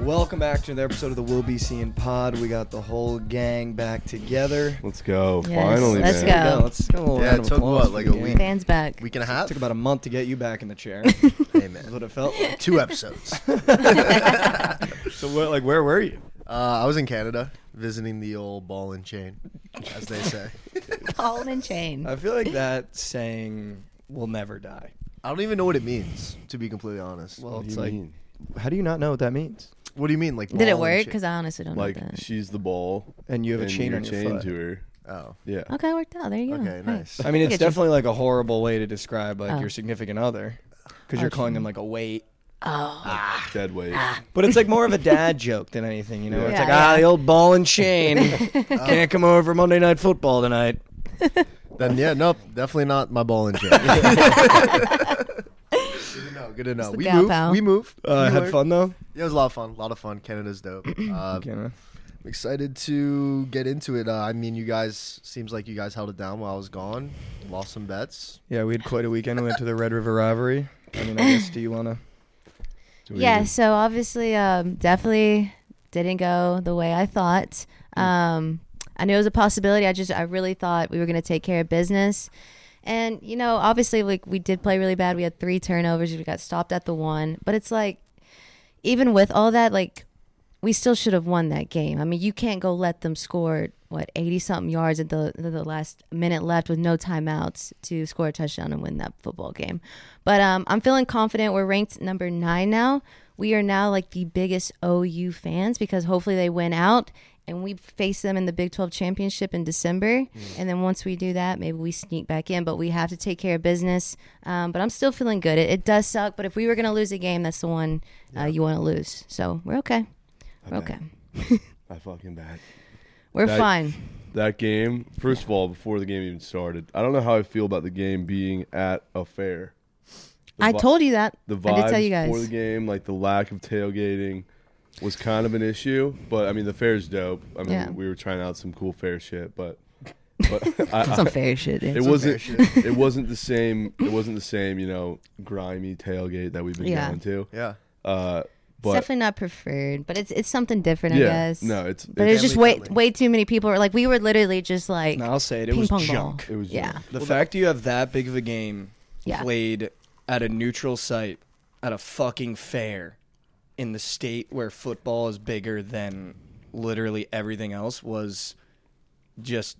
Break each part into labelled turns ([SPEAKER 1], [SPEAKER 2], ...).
[SPEAKER 1] Welcome back to another episode of the Will Be Seeing Pod. We got the whole gang back together.
[SPEAKER 2] Let's go.
[SPEAKER 3] Yes,
[SPEAKER 2] Finally,
[SPEAKER 3] let's
[SPEAKER 2] man.
[SPEAKER 3] go.
[SPEAKER 1] Yeah, let's go. A little
[SPEAKER 4] Yeah,
[SPEAKER 1] round
[SPEAKER 4] it
[SPEAKER 1] of
[SPEAKER 4] took,
[SPEAKER 1] applause
[SPEAKER 4] what,
[SPEAKER 1] for
[SPEAKER 4] like
[SPEAKER 1] the
[SPEAKER 4] a
[SPEAKER 1] gang.
[SPEAKER 4] week?
[SPEAKER 3] Fans back.
[SPEAKER 4] Week and a half.
[SPEAKER 1] Took about a month to get you back in the chair. That's
[SPEAKER 4] Amen.
[SPEAKER 1] what it felt like.
[SPEAKER 4] Two episodes.
[SPEAKER 2] So, what, like, where were you?
[SPEAKER 4] Uh, I was in Canada visiting the old ball and chain, as they say.
[SPEAKER 3] Paul and Chain.
[SPEAKER 1] I feel like that saying will never die.
[SPEAKER 4] I don't even know what it means, to be completely honest.
[SPEAKER 1] Well,
[SPEAKER 2] What do
[SPEAKER 1] it's
[SPEAKER 2] you
[SPEAKER 1] like,
[SPEAKER 2] mean?
[SPEAKER 1] how do you not know what that means?
[SPEAKER 4] what do you mean, like?
[SPEAKER 3] Did it
[SPEAKER 4] ball and
[SPEAKER 3] work? um,
[SPEAKER 4] chain?
[SPEAKER 3] Because I honestly don't
[SPEAKER 2] Like,
[SPEAKER 3] know that.
[SPEAKER 2] she's the ball,
[SPEAKER 1] And you have a
[SPEAKER 2] and
[SPEAKER 1] chain
[SPEAKER 2] you're
[SPEAKER 1] on your
[SPEAKER 2] chained
[SPEAKER 1] foot.
[SPEAKER 2] to her.
[SPEAKER 4] oh,
[SPEAKER 2] Yeah.
[SPEAKER 3] okay, it worked out. There you go.
[SPEAKER 4] okay,
[SPEAKER 3] Right.
[SPEAKER 4] nice.
[SPEAKER 1] I mean, it's
[SPEAKER 3] Get you.
[SPEAKER 1] definitely like a horrible way to describe like
[SPEAKER 3] Oh.
[SPEAKER 1] your significant other because you're
[SPEAKER 3] Oh,
[SPEAKER 1] calling
[SPEAKER 3] true.
[SPEAKER 1] them like a weight.
[SPEAKER 3] Oh,
[SPEAKER 1] Ah.
[SPEAKER 2] Dead weight.
[SPEAKER 1] But it's like more of a dad joke than anything, you know? It's
[SPEAKER 3] Yeah,
[SPEAKER 1] like, ah,
[SPEAKER 3] yeah.
[SPEAKER 1] the old ball and chain. Can't come over for Monday Night Football tonight.
[SPEAKER 4] then yeah, nope, definitely not my ball and chain. good to know. Good to know.
[SPEAKER 3] the
[SPEAKER 4] We
[SPEAKER 3] gal
[SPEAKER 4] move.
[SPEAKER 3] pal.
[SPEAKER 4] We move.
[SPEAKER 1] Uh,
[SPEAKER 4] We
[SPEAKER 1] had
[SPEAKER 4] work.
[SPEAKER 1] fun, though?
[SPEAKER 4] Yeah, it was a lot of fun. A lot of fun. Canada's dope. Uh,
[SPEAKER 1] Okay, man.
[SPEAKER 4] I'm excited to get into it. Uh, I mean, you guys seems like you guys held it down while I was gone. Lost some bets.
[SPEAKER 1] Yeah, we had quite a weekend. We went to the Red River Rivalry. I mean, I guess, do you want to?
[SPEAKER 2] Do we-
[SPEAKER 3] yeah. So obviously, um, definitely didn't go the way I thought. Um, I knew it was a possibility. I just, I really thought we were gonna take care of business. And you know, obviously, like we did play really bad. We had three turnovers. We got stopped at the one. But it's like, even with all that, like we still should have won that game. I mean, you can't go let them score what eighty something yards at the the last minute left with no timeouts to score a touchdown and win that football game. But um, I'm feeling confident. We're ranked number nine now. We are now like the biggest OU fans because hopefully they win out and we face them in the Big 12 championship in December. And then once we do that, maybe we sneak back in. But we have to take care of business. Um, but I'm still feeling good. It, it does suck, but if we were going to lose a game, that's the one uh, you want to lose. So we're okay. We're
[SPEAKER 2] Okay.
[SPEAKER 3] okay.
[SPEAKER 2] I fucking bet.
[SPEAKER 3] We're
[SPEAKER 2] That-
[SPEAKER 3] fine.
[SPEAKER 2] That game, first of all, before the game even started, I don't know how I feel about the game being at a fair. The
[SPEAKER 3] I
[SPEAKER 2] vi-
[SPEAKER 3] told you that.
[SPEAKER 2] the
[SPEAKER 3] I
[SPEAKER 2] vibes
[SPEAKER 3] did tell you
[SPEAKER 2] for the
[SPEAKER 3] guys.
[SPEAKER 2] game, like the lack of tailgating, was kind of an issue. But I mean, the fair's dope. I mean,
[SPEAKER 3] Yeah.
[SPEAKER 2] we were trying out some cool fair shit, but but I,
[SPEAKER 3] That's some fair shit. dude.
[SPEAKER 2] it wasn't it wasn't the same. It wasn't the same, you know, grimy tailgate that we've been
[SPEAKER 3] Yeah.
[SPEAKER 2] going to.
[SPEAKER 4] Yeah.
[SPEAKER 2] Uh,
[SPEAKER 3] It's
[SPEAKER 2] but
[SPEAKER 3] definitely not preferred, but it's it's something different, I
[SPEAKER 2] yeah,
[SPEAKER 3] guess.
[SPEAKER 2] no, it's,
[SPEAKER 3] But
[SPEAKER 2] it's-
[SPEAKER 3] it's just
[SPEAKER 4] Family
[SPEAKER 3] way
[SPEAKER 4] friendly.
[SPEAKER 3] way too many people are like we were literally just like
[SPEAKER 1] No, I'll say it. It
[SPEAKER 3] ping
[SPEAKER 1] was
[SPEAKER 3] pong
[SPEAKER 1] junk.
[SPEAKER 3] ball.
[SPEAKER 2] It was
[SPEAKER 3] yeah,
[SPEAKER 2] junk.
[SPEAKER 1] The fact you have that big of a game
[SPEAKER 3] Yeah.
[SPEAKER 1] played at a neutral site at a fucking fair in the state where football is bigger than literally everything else was just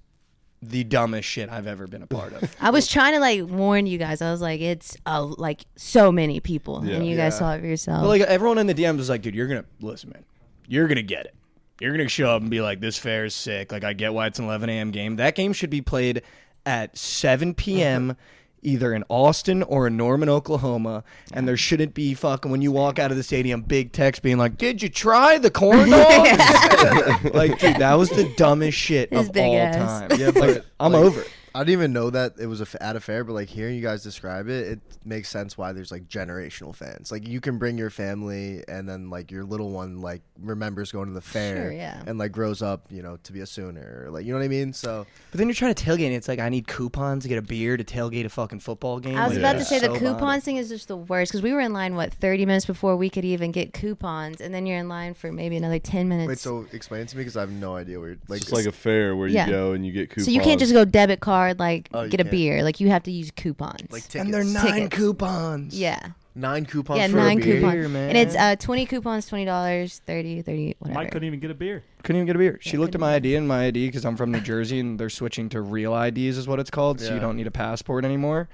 [SPEAKER 1] the dumbest shit I've ever been a part of.
[SPEAKER 3] I was trying to like warn you guys. I was like, it's uh, like so many people,
[SPEAKER 2] Yeah.
[SPEAKER 3] and you guys saw it for yourself.
[SPEAKER 1] But like everyone in the DMs was like, dude, you're gonna listen, man. You're gonna get it. You're gonna show up and be like, this fair is sick. Like I get why it's an 11 a.m. game. That game should be played at 7 p.m. either in Austin or in Norman, Oklahoma. And there shouldn't be fucking when you walk out of the stadium, big text being like, did you try the corn dogs? like, dude, that was the dumbest shit
[SPEAKER 3] His
[SPEAKER 1] of
[SPEAKER 3] big
[SPEAKER 1] all
[SPEAKER 3] ass.
[SPEAKER 1] time. Yeah, like, I'm over. it.
[SPEAKER 4] I didn't even know that it was a f- at a fair, but like hearing you guys describe it, it makes sense why there's like generational fans. Like you can bring your family, and then like your little one like remembers going to the fair,
[SPEAKER 3] Sure, yeah.
[SPEAKER 4] and like grows up, you know, to be a sooner. Or, like you know what I mean? So
[SPEAKER 1] But then you're trying to tailgate, and it's like I need coupons to get a beer to tailgate a fucking football game.
[SPEAKER 3] I was
[SPEAKER 1] Like,
[SPEAKER 3] about to
[SPEAKER 1] it's
[SPEAKER 3] say the
[SPEAKER 1] so
[SPEAKER 3] coupons
[SPEAKER 1] bothersome.
[SPEAKER 3] thing is just the worst because we were in line what thirty minutes before we could even get coupons, and then you're in line for maybe another ten minutes.
[SPEAKER 4] wait, so explain to me because I have no idea where. You're, like,
[SPEAKER 2] It's just like a fair where you
[SPEAKER 3] Yeah.
[SPEAKER 2] go and you get coupons.
[SPEAKER 3] So you can't just go debit card like
[SPEAKER 4] Oh, you
[SPEAKER 3] get a
[SPEAKER 4] can't.
[SPEAKER 3] beer, like you have to use coupons.
[SPEAKER 4] like tickets.
[SPEAKER 1] and they're nine
[SPEAKER 3] Tickets.
[SPEAKER 1] coupons.
[SPEAKER 3] yeah,
[SPEAKER 4] nine coupons.
[SPEAKER 3] yeah,
[SPEAKER 4] for
[SPEAKER 3] nine
[SPEAKER 4] a beer.
[SPEAKER 1] coupon-
[SPEAKER 3] coupons,
[SPEAKER 1] man.
[SPEAKER 3] and it's uh twenty coupons, twenty dollars, 30 30 whatever.
[SPEAKER 5] Mike couldn't even get a beer.
[SPEAKER 1] Couldn't even get a beer. She looked at my ID and my ID because I'm from New Jersey and they're switching to real IDs is what it's called. So you
[SPEAKER 4] Yeah. Uh-huh.
[SPEAKER 1] don't need a passport anymore.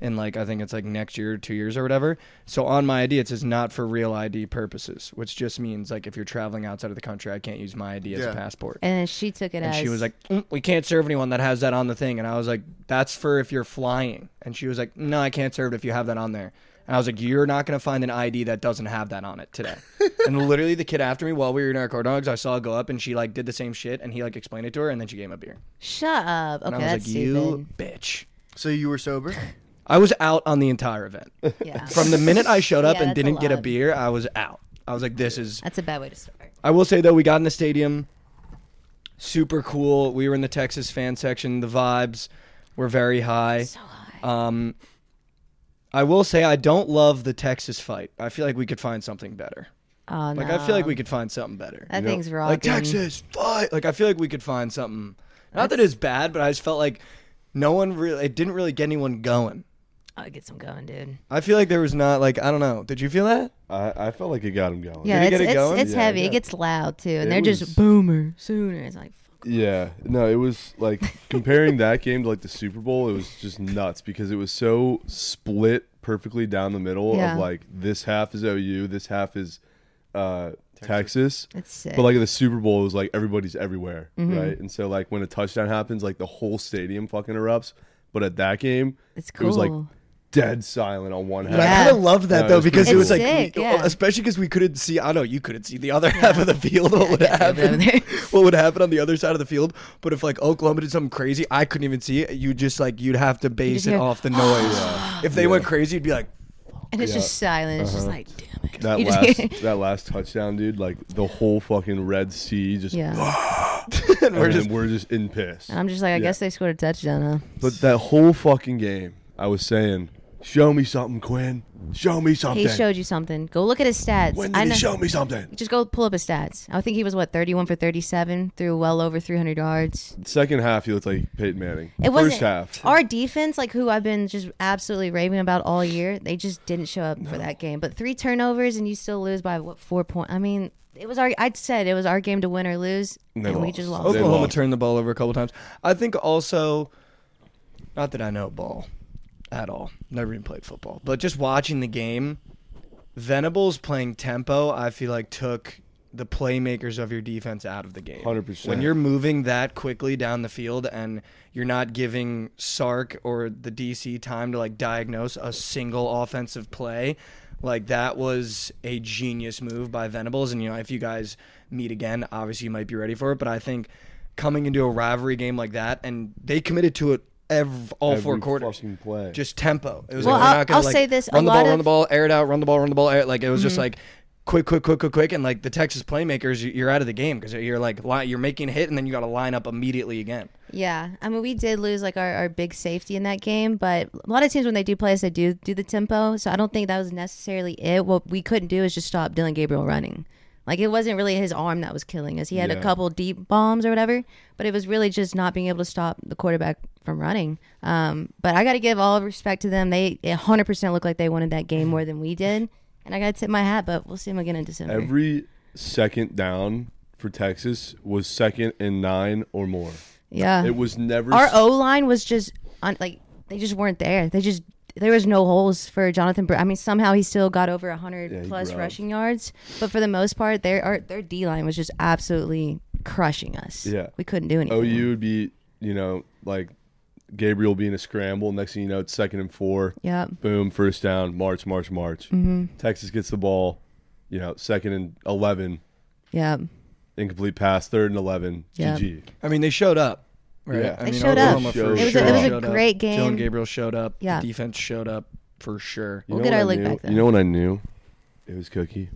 [SPEAKER 1] And like I think it's like next year, two years or whatever. So on my ID it says not for real ID purposes, which just means like if you're traveling outside of the country, I can't use my ID as
[SPEAKER 4] Yeah.
[SPEAKER 1] a passport.
[SPEAKER 3] and then she took it
[SPEAKER 1] And
[SPEAKER 3] as
[SPEAKER 1] she was like, "Mm, "We can't serve anyone that has that on the thing." And I was like, "That's for if you're flying." And she was like, "No, I can't serve it if you have that on there." And I was like, "You're not gonna find an ID that doesn't have that on it today." and literally, the kid after me, while we were in our corn dogs, I saw her go up and she like did the same shit, and he like explained it to her, and then she gave him a beer.
[SPEAKER 3] "Shut up." Okay,
[SPEAKER 1] And I was
[SPEAKER 3] that's
[SPEAKER 1] like,
[SPEAKER 3] stupid.
[SPEAKER 1] "You bitch."
[SPEAKER 4] So you were sober.
[SPEAKER 1] I was out on the entire event.
[SPEAKER 3] Yeah,
[SPEAKER 1] From the minute I showed up
[SPEAKER 3] Yeah,
[SPEAKER 1] and
[SPEAKER 3] that's a
[SPEAKER 1] didn't get a
[SPEAKER 3] lot.
[SPEAKER 1] beer, I was out. I was like, "This is
[SPEAKER 3] that's a bad way to start.
[SPEAKER 1] I will say though, we got in the stadium. Super cool. We were in the Texas fan section. The vibes were very high.
[SPEAKER 3] So high.
[SPEAKER 1] Um, I will say I don't love the Texas fight. I feel like we could find something better.
[SPEAKER 3] Oh no.
[SPEAKER 1] Like I feel like we could find something better.
[SPEAKER 3] that
[SPEAKER 2] know,
[SPEAKER 3] thing's rocking.
[SPEAKER 1] like Texas, fight. Like I feel like we could find something. Not that it's bad, but I just felt like no one really. It didn't really get anyone going.
[SPEAKER 3] Oh, get some going, dude.
[SPEAKER 1] I feel like there was not like I don't know. Did you feel that?
[SPEAKER 2] I, I felt like it got him going.
[SPEAKER 3] Yeah,
[SPEAKER 1] Oh, it
[SPEAKER 3] it's
[SPEAKER 1] get it
[SPEAKER 3] it's,
[SPEAKER 1] going?
[SPEAKER 3] it's
[SPEAKER 2] Yeah,
[SPEAKER 3] heavy.
[SPEAKER 2] yeah.
[SPEAKER 3] It gets loud too, and
[SPEAKER 2] It
[SPEAKER 3] they're
[SPEAKER 2] was-
[SPEAKER 3] just boomer sooner. It's like fuck.
[SPEAKER 2] Yeah, no, it was like comparing that game to like the Super Bowl. It was just nuts because it was so split perfectly down the middle
[SPEAKER 3] Yeah.
[SPEAKER 2] of like this half is OU, this half is uh, Texas.
[SPEAKER 3] It's sick.
[SPEAKER 2] But like at the Super Bowl, it was like everybody's everywhere,
[SPEAKER 3] Mm-hmm.
[SPEAKER 2] right? And so like when a touchdown happens, like the whole stadium fucking erupts. But at that game,
[SPEAKER 3] it's
[SPEAKER 2] it
[SPEAKER 3] cool.
[SPEAKER 2] was like dead silent on one half.
[SPEAKER 1] But I
[SPEAKER 3] Yeah.
[SPEAKER 1] kind of loved that
[SPEAKER 2] No, it
[SPEAKER 1] though
[SPEAKER 2] was
[SPEAKER 1] because it
[SPEAKER 2] pretty
[SPEAKER 1] was
[SPEAKER 2] cool.
[SPEAKER 1] like,
[SPEAKER 3] It's sick,
[SPEAKER 1] we-
[SPEAKER 3] yeah.
[SPEAKER 1] especially because we couldn't see. I know you couldn't see the other half of the field. What would happen?
[SPEAKER 3] over there.
[SPEAKER 1] what would happen on the other side of the field? But if like Oklahoma did something crazy, I couldn't even see it. You just like you'd have to base
[SPEAKER 3] just
[SPEAKER 1] it
[SPEAKER 3] hear,
[SPEAKER 1] off the noise. If they went crazy, you'd be like,
[SPEAKER 3] and it's
[SPEAKER 2] Yeah.
[SPEAKER 3] just silent. It's
[SPEAKER 1] Uh-huh.
[SPEAKER 3] just like damn it.
[SPEAKER 2] That
[SPEAKER 3] You just-
[SPEAKER 2] last that last touchdown, dude, like the whole fucking Red Sea just
[SPEAKER 3] yeah.
[SPEAKER 1] and we're
[SPEAKER 2] and
[SPEAKER 1] just
[SPEAKER 2] we're just in piss.
[SPEAKER 3] And I'm just like, I
[SPEAKER 2] Yeah.
[SPEAKER 3] guess they scored a touchdown, huh?
[SPEAKER 2] But that whole fucking game, I was saying, show me something, Quinn. Show me something.
[SPEAKER 3] He showed you something. Go look at his stats.
[SPEAKER 2] when
[SPEAKER 3] I
[SPEAKER 2] did
[SPEAKER 3] know-
[SPEAKER 2] he show me something?
[SPEAKER 3] Just go pull up his stats. I think he was what 31 for 37, threw well over 300 yards.
[SPEAKER 2] Second half, he looked like Peyton Manning.
[SPEAKER 3] It wasn't
[SPEAKER 2] First half.
[SPEAKER 3] our defense, like who I've been just absolutely raving about all year. They just didn't show up for that game. But three turnovers and you still lose by what four point? I mean, it was our. I said it was our game to win or lose,
[SPEAKER 2] And
[SPEAKER 3] and,
[SPEAKER 2] they
[SPEAKER 3] we
[SPEAKER 2] lost.
[SPEAKER 3] just lost.
[SPEAKER 2] They
[SPEAKER 1] Oklahoma
[SPEAKER 2] lost.
[SPEAKER 1] turned the ball over a couple times. I think also, not that I know ball at all. Never even played football, but just watching the game, Venables playing tempo, I feel like took the playmakers of your defense out of the game.
[SPEAKER 2] 100%.
[SPEAKER 1] When you're moving that quickly down the field and you're not giving Sark or the DC time to like diagnose a single offensive play, like that was a genius move by Venables. And you know, if you guys meet again, obviously you might be ready for it. But I think coming into a rivalry game like that, and they committed to it ev- all four
[SPEAKER 2] Every
[SPEAKER 1] quarters
[SPEAKER 2] fucking play.
[SPEAKER 1] just tempo. It was
[SPEAKER 3] Well,
[SPEAKER 1] like, we're
[SPEAKER 3] I'll-
[SPEAKER 1] not gonna,
[SPEAKER 3] I'll
[SPEAKER 1] like,
[SPEAKER 3] say this, a
[SPEAKER 1] run the ball,
[SPEAKER 3] lot
[SPEAKER 1] run
[SPEAKER 3] of- Mm-hmm.
[SPEAKER 1] the ball, air it out, run the ball, run the ball, air it. Like it was just like quick, quick, quick, quick, quick, and like the Texas playmakers, you- you're out of the game because you're like li- you're making a hit and then you got to line up immediately again.
[SPEAKER 3] Yeah, I mean, we did lose like our, our big safety in that game, but a lot of teams when they do play us, they do do the tempo. So I don't think that was necessarily it. What we couldn't do is just stop Dylan Gabriel running. Like it wasn't really his arm that was killing us. He had
[SPEAKER 2] Yeah.
[SPEAKER 3] a couple deep bombs or whatever, but it was really just not being able to stop the quarterback from running. Um, but I got to give all respect to them. They 100% looked like they wanted that game more than we did, and I got to tip my hat. But we'll see them again in December.
[SPEAKER 2] Every second down for Texas was second and nine or more.
[SPEAKER 3] yeah,
[SPEAKER 2] It was never.
[SPEAKER 3] Uh, our
[SPEAKER 2] s-
[SPEAKER 3] O line was just on like they just weren't there. They just there was no holes for Jonathan. Br- I mean, somehow he still got over hundred
[SPEAKER 2] he
[SPEAKER 3] plus
[SPEAKER 2] grabbed.
[SPEAKER 3] rushing yards, but for the most part, their our, their D line was just absolutely crushing us.
[SPEAKER 2] Yeah.
[SPEAKER 3] we couldn't do anything.
[SPEAKER 2] OU would be, you know, like Gabriel being a scramble. Next thing you know, it's second and four.
[SPEAKER 3] Yep.
[SPEAKER 2] Boom, first down, march, march, march.
[SPEAKER 3] Mm-hmm.
[SPEAKER 2] Texas gets the ball, you know, second and 11,
[SPEAKER 3] Yep.
[SPEAKER 2] incomplete pass, third and 11,
[SPEAKER 3] Yeah.
[SPEAKER 2] GG.
[SPEAKER 1] I mean, they showed up. Right?
[SPEAKER 2] Yeah.
[SPEAKER 1] I
[SPEAKER 2] They
[SPEAKER 1] mean,
[SPEAKER 3] showed up.
[SPEAKER 1] Oklahoma for
[SPEAKER 2] Showed
[SPEAKER 3] It was a- it was a
[SPEAKER 1] showed up.
[SPEAKER 3] great game.
[SPEAKER 1] Dylan Gabriel showed up.
[SPEAKER 3] Yeah.
[SPEAKER 1] The defense showed up for sure.
[SPEAKER 2] You
[SPEAKER 3] We'll
[SPEAKER 2] know
[SPEAKER 3] get
[SPEAKER 2] when
[SPEAKER 3] our
[SPEAKER 2] I
[SPEAKER 3] leg
[SPEAKER 2] knew-
[SPEAKER 3] back then.
[SPEAKER 2] You know when I knew? It was Cookie.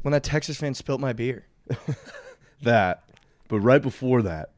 [SPEAKER 1] When that Texas fan spilt my beer.
[SPEAKER 2] That. But right before that,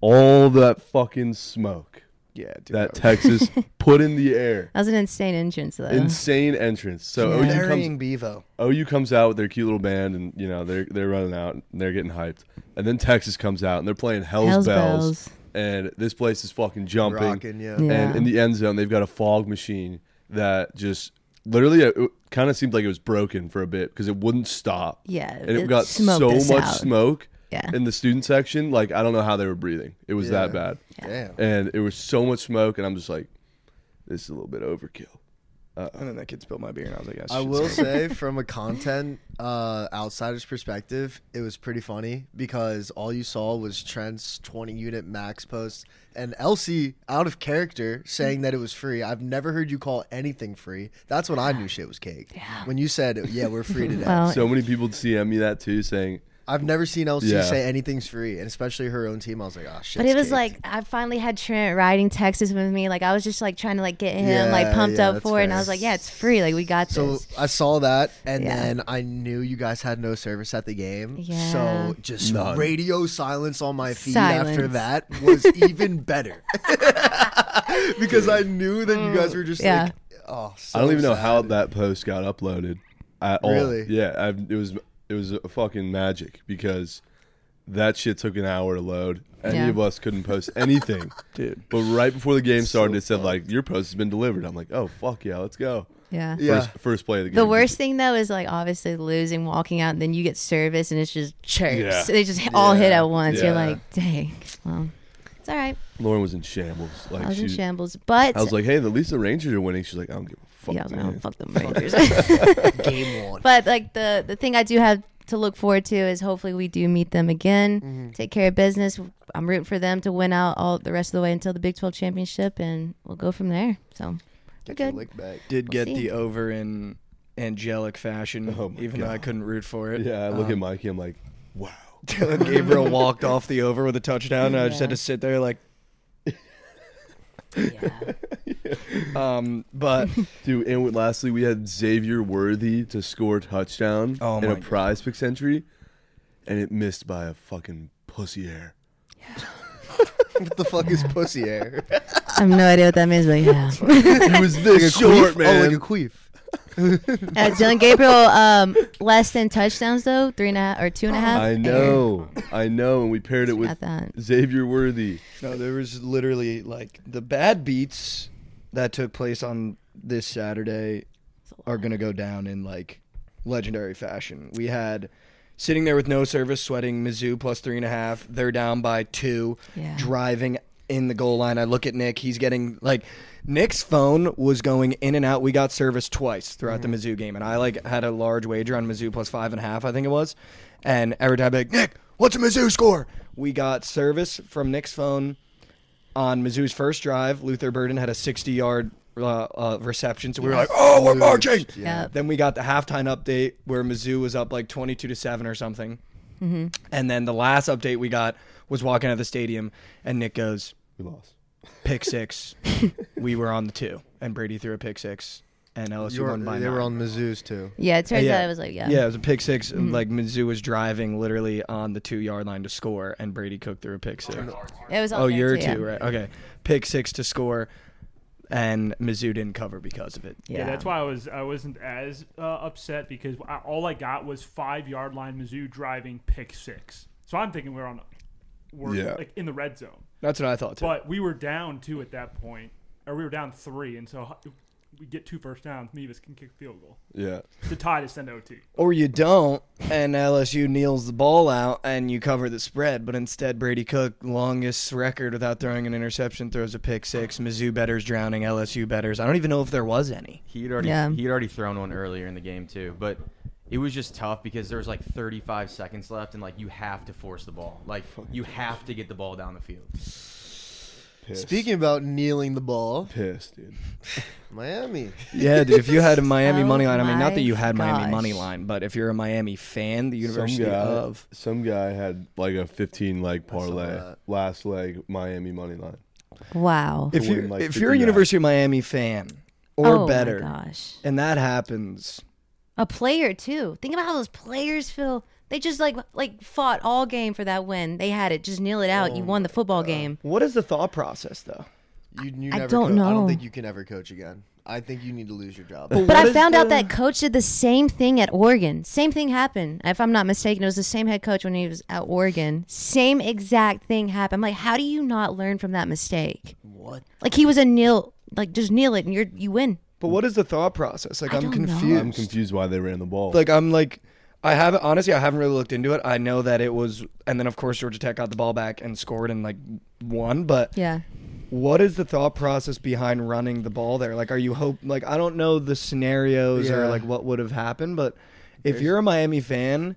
[SPEAKER 2] all that fucking smoke
[SPEAKER 1] Yeah, dude.
[SPEAKER 2] that Texas put in the air.
[SPEAKER 3] That was an insane entrance though.
[SPEAKER 2] Insane entrance. So
[SPEAKER 3] Yeah.
[SPEAKER 2] OU comes
[SPEAKER 1] burying Bevo.
[SPEAKER 2] OU comes out with their cute little band, and you know they're they're running out, and they're getting hyped, and then Texas comes out and they're playing Hell's,
[SPEAKER 3] Hell's
[SPEAKER 2] Bells,
[SPEAKER 3] Bells.
[SPEAKER 2] and this place is fucking jumping.
[SPEAKER 4] Rocking, yeah.
[SPEAKER 3] Yeah.
[SPEAKER 2] And in the end zone, they've got a fog machine that just literally uh, it kind of seemed like it was broken for a bit because it wouldn't stop.
[SPEAKER 3] Yeah,
[SPEAKER 2] and it,
[SPEAKER 3] it
[SPEAKER 2] got so
[SPEAKER 3] smoked
[SPEAKER 2] much
[SPEAKER 3] us out.
[SPEAKER 2] smoke.
[SPEAKER 3] Yeah.
[SPEAKER 2] in the student section, like I don't know how they were breathing. It was that
[SPEAKER 4] Yeah.
[SPEAKER 2] bad,
[SPEAKER 4] Damn.
[SPEAKER 2] and it was so much smoke, and I'm just like, this is a little bit overkill.
[SPEAKER 1] And then that kid spilled my beer, and I was like, yeah,
[SPEAKER 4] I
[SPEAKER 1] shit's
[SPEAKER 4] will
[SPEAKER 1] good.
[SPEAKER 4] say, from a content uh, outsider's perspective, it was pretty funny because all you saw was Trent's 20 unit max post and Elsie out of character saying that it was free. I've never heard you call anything free. That's when I knew shit was cake. When you said, "Yeah, we're free today,"
[SPEAKER 3] Well,
[SPEAKER 2] So many people DM me that too, saying.
[SPEAKER 4] I've never seen Elsie
[SPEAKER 2] Yeah.
[SPEAKER 4] say anything's free, and especially her own team. I was like, "Ah, shit."
[SPEAKER 3] But it was like I finally had Trent riding Texas with me. Like I was just like trying to like get him like
[SPEAKER 4] Yeah,
[SPEAKER 3] pumped
[SPEAKER 4] yeah,
[SPEAKER 3] up
[SPEAKER 4] that's
[SPEAKER 3] for it, and I
[SPEAKER 4] fair.
[SPEAKER 3] was like, yeah, it's free. Like we got
[SPEAKER 4] So
[SPEAKER 3] this.
[SPEAKER 4] I saw that, and
[SPEAKER 3] Yeah.
[SPEAKER 4] then I knew you guys had no service at the game.
[SPEAKER 3] Yeah.
[SPEAKER 4] So just radio silence on my feed after
[SPEAKER 3] Silence.
[SPEAKER 4] that was even better because I knew that you guys were just
[SPEAKER 3] Yeah.
[SPEAKER 4] like, oh, so
[SPEAKER 2] I don't even know
[SPEAKER 4] sad.
[SPEAKER 2] how that post got uploaded at all.
[SPEAKER 4] Really?
[SPEAKER 2] Yeah, I, it was it was a fucking magic because that shit took an hour to load. Any
[SPEAKER 3] Yeah.
[SPEAKER 2] of us couldn't post anything.
[SPEAKER 1] dude.
[SPEAKER 2] But right before the game started, it said like your post has been delivered. I'm like, oh fuck yeah, let's go.
[SPEAKER 3] Yeah.
[SPEAKER 4] Yeah.
[SPEAKER 2] First, first play of the game.
[SPEAKER 3] The worst thing though is like obviously losing, walking out, and then you get service, and it's just chirps.
[SPEAKER 2] Yeah.
[SPEAKER 3] They just hit- all hit
[SPEAKER 4] Yeah.
[SPEAKER 3] at once. You're
[SPEAKER 2] Yeah.
[SPEAKER 3] like, dang, well, it's all right.
[SPEAKER 2] Lauren was in shambles. Like
[SPEAKER 3] I was
[SPEAKER 2] she,
[SPEAKER 3] in shambles, but
[SPEAKER 2] I was like, hey, at least the Rangers are winning. She's like, I don't give a fuck.
[SPEAKER 3] yeah, I was like, oh,
[SPEAKER 2] man.
[SPEAKER 3] fuck them Rangers.
[SPEAKER 4] Game one.
[SPEAKER 3] but like the the thing I do have to look forward to is hopefully we do meet them again,
[SPEAKER 2] Mm-hmm.
[SPEAKER 3] take care of business. I'm rooting for them to win out all the rest of the way until the Big 12 championship, and we'll go from there. So we're
[SPEAKER 4] Your
[SPEAKER 3] good.
[SPEAKER 4] lick back.
[SPEAKER 1] Did
[SPEAKER 3] We'll
[SPEAKER 1] get
[SPEAKER 3] see.
[SPEAKER 1] the over in angelic fashion,
[SPEAKER 2] Oh my
[SPEAKER 1] even though I
[SPEAKER 2] God.
[SPEAKER 1] couldn't root for it. Um,
[SPEAKER 2] Yeah, I look at Mikey. I'm like, wow.
[SPEAKER 1] Dylan Gabriel walked off the over with a touchdown, and I just had
[SPEAKER 3] Yeah.
[SPEAKER 1] to sit there like,
[SPEAKER 3] Yeah.
[SPEAKER 1] um, but
[SPEAKER 2] Dude, and with- lastly, we had Xavier Worthy to score a touchdown
[SPEAKER 1] Oh
[SPEAKER 2] in
[SPEAKER 1] my
[SPEAKER 2] a
[SPEAKER 1] God.
[SPEAKER 2] prize pick century, and it missed by a fucking pussy hair.
[SPEAKER 4] What the fuck is pussy air?
[SPEAKER 3] I have no idea what that means, but yeah.
[SPEAKER 2] It was this short,
[SPEAKER 4] Oh,
[SPEAKER 2] man.
[SPEAKER 4] like a queef.
[SPEAKER 3] Uh, Dylan Gabriel, um, less than touchdowns though, three and a half or two and a half.
[SPEAKER 2] I know, I know, and we paired it with
[SPEAKER 3] Got that.
[SPEAKER 2] Xavier Worthy.
[SPEAKER 1] no, there was literally like the bad beats that took place on this Saturday are gonna go down in like legendary fashion. We had sitting there with no service, sweating Mizzou plus three and a half. They're down by two,
[SPEAKER 3] Yeah.
[SPEAKER 1] driving in the goal line. I look at Nick. He's getting like Nick's phone was going in and out. We got service twice throughout the Mizzou game, and I like had a large wager on Mizzou plus five and a half. I think it was, and every time I'd be like Nick, what's a Mizzou score? We got service from Nick's phone on Mizzou's first drive, Luther Burden had a 60 yard uh, uh, reception. So we were like, oh, we're marching.
[SPEAKER 3] Yeah.
[SPEAKER 1] Then we got the halftime update where Mizzou was up like 22 to 7 or something.
[SPEAKER 3] Mm-hmm.
[SPEAKER 1] And then the last update we got was walking out of the stadium, and Nick goes,
[SPEAKER 2] We lost.
[SPEAKER 1] pick six. we were on the two, and Brady threw a pick six, and LSU
[SPEAKER 4] You were-
[SPEAKER 1] won by
[SPEAKER 4] they
[SPEAKER 1] nine.
[SPEAKER 4] were on Mizzou's too.
[SPEAKER 3] Yeah, it turns
[SPEAKER 1] Yeah.
[SPEAKER 3] out it was like yeah. Mm-hmm.
[SPEAKER 1] Yeah, it was a pick 6 and Like Mizzou was driving literally on the two yard line to score, and Brady Cook threw a pick six.
[SPEAKER 3] It was. on
[SPEAKER 1] Oh,
[SPEAKER 3] there,
[SPEAKER 1] year
[SPEAKER 3] too,
[SPEAKER 1] two,
[SPEAKER 3] yeah.
[SPEAKER 1] right? Okay, pick six to score, and Mizzou didn't cover because of it.
[SPEAKER 3] Yeah.
[SPEAKER 5] Yeah, that's why I was I wasn't as uh, upset because I, all I got was five yard line Mizzou driving pick six. So I'm thinking we're on, we're
[SPEAKER 2] Yeah.
[SPEAKER 5] like in the red zone,
[SPEAKER 1] That's what I thought too.
[SPEAKER 5] but we were down two at that point, or we were down three, and so h- we get two first downs. Mevis can kick field goal.
[SPEAKER 2] Yeah,
[SPEAKER 5] The tie to send OT.
[SPEAKER 1] or you don't, and LSU kneels the ball out, and you cover the spread. But instead, Brady Cook, longest record without throwing an interception, throws a pick six. Mizzou betters drowning LSU betters. I don't even know if there was any.
[SPEAKER 6] He'd already
[SPEAKER 3] Yeah.
[SPEAKER 6] he'd already thrown one earlier in the game too, but it was just tough because there was like 35 seconds left, and like you have to force the ball, like you have to get the ball down the field.
[SPEAKER 2] pissed.
[SPEAKER 4] Speaking about kneeling the ball,
[SPEAKER 2] pissed, dude.
[SPEAKER 4] Miami.
[SPEAKER 1] Yeah, dude, if you had a Miami
[SPEAKER 3] Oh
[SPEAKER 1] money line, I mean, not that
[SPEAKER 3] my
[SPEAKER 1] you had Miami
[SPEAKER 3] gosh.
[SPEAKER 1] money line, but if you're a Miami fan, the University
[SPEAKER 2] some guy,
[SPEAKER 1] of
[SPEAKER 2] some guy had like a 15 leg parlay,
[SPEAKER 4] that.
[SPEAKER 2] last leg Miami money line.
[SPEAKER 3] Wow.
[SPEAKER 1] if
[SPEAKER 2] win,
[SPEAKER 1] you
[SPEAKER 2] like,
[SPEAKER 1] if you're a
[SPEAKER 2] 59.
[SPEAKER 1] University of Miami fan or
[SPEAKER 3] oh,
[SPEAKER 1] better,
[SPEAKER 3] My gosh.
[SPEAKER 1] and that happens.
[SPEAKER 3] A player too. Think about how those players feel. They just like like fought all game for that win. They had it. Just kneel it out. you won the football game.
[SPEAKER 1] What is the thought process though?
[SPEAKER 4] You, you
[SPEAKER 3] I
[SPEAKER 4] never
[SPEAKER 3] don't
[SPEAKER 4] co- I don't
[SPEAKER 3] know.
[SPEAKER 4] think you can ever coach again. I think you need to lose your job.
[SPEAKER 3] But
[SPEAKER 1] What
[SPEAKER 3] I
[SPEAKER 1] is
[SPEAKER 3] found out
[SPEAKER 1] the-
[SPEAKER 3] that coach did the same thing at Oregon. Same thing happened. If I'm not mistaken, it was the same head coach when he was at Oregon. Same exact thing happened. I'm like, how do you not learn from that mistake?
[SPEAKER 4] what?
[SPEAKER 3] Like he was a kneel, like just kneel it and you're you win.
[SPEAKER 1] But what is the thought process? Like
[SPEAKER 3] I
[SPEAKER 1] I'm
[SPEAKER 3] don't know.
[SPEAKER 1] confused.
[SPEAKER 2] I'm confused why they ran the ball.
[SPEAKER 1] Like I'm like I haven't honestly I haven't really looked into it. I know that it was and then of course Georgia Tech got the ball back and scored and like won, but
[SPEAKER 3] Yeah.
[SPEAKER 1] what is the thought process behind running the ball there? Like are you hope like I don't know the scenarios or
[SPEAKER 4] Yeah.
[SPEAKER 1] like what would have happened, but if you're a Miami fan,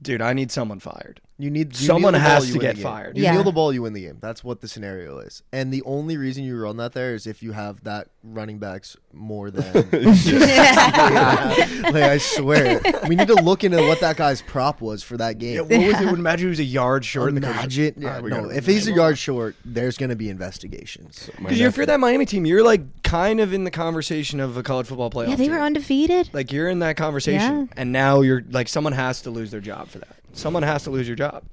[SPEAKER 1] dude, I need someone fired.
[SPEAKER 4] You need you
[SPEAKER 1] Someone
[SPEAKER 4] kneel the
[SPEAKER 1] has
[SPEAKER 4] ball, you
[SPEAKER 1] to
[SPEAKER 4] win the
[SPEAKER 1] get
[SPEAKER 4] game.
[SPEAKER 1] fired.
[SPEAKER 4] You
[SPEAKER 3] Yeah.
[SPEAKER 4] kneel the ball, you win the game. That's what the scenario is. And the only reason you run that there is if you have that running backs more than. like I swear, we need to look into what that guy's prop was for that game.
[SPEAKER 1] Yeah, what was it? Would imagine he was a yard short. and the coach was like,
[SPEAKER 4] Imagine,
[SPEAKER 1] "All right, we
[SPEAKER 4] no.
[SPEAKER 1] gotta
[SPEAKER 4] If he's a yard short, there's going to be investigations.
[SPEAKER 2] My
[SPEAKER 1] Because you're
[SPEAKER 2] nephew-
[SPEAKER 1] for that Miami team, you're like kind of in the conversation of a college football playoff.
[SPEAKER 3] Yeah, they were
[SPEAKER 1] team.
[SPEAKER 3] undefeated.
[SPEAKER 1] like you're in that conversation,
[SPEAKER 3] Yeah.
[SPEAKER 1] and now you're like someone has to lose their job for that. Someone has to lose your job.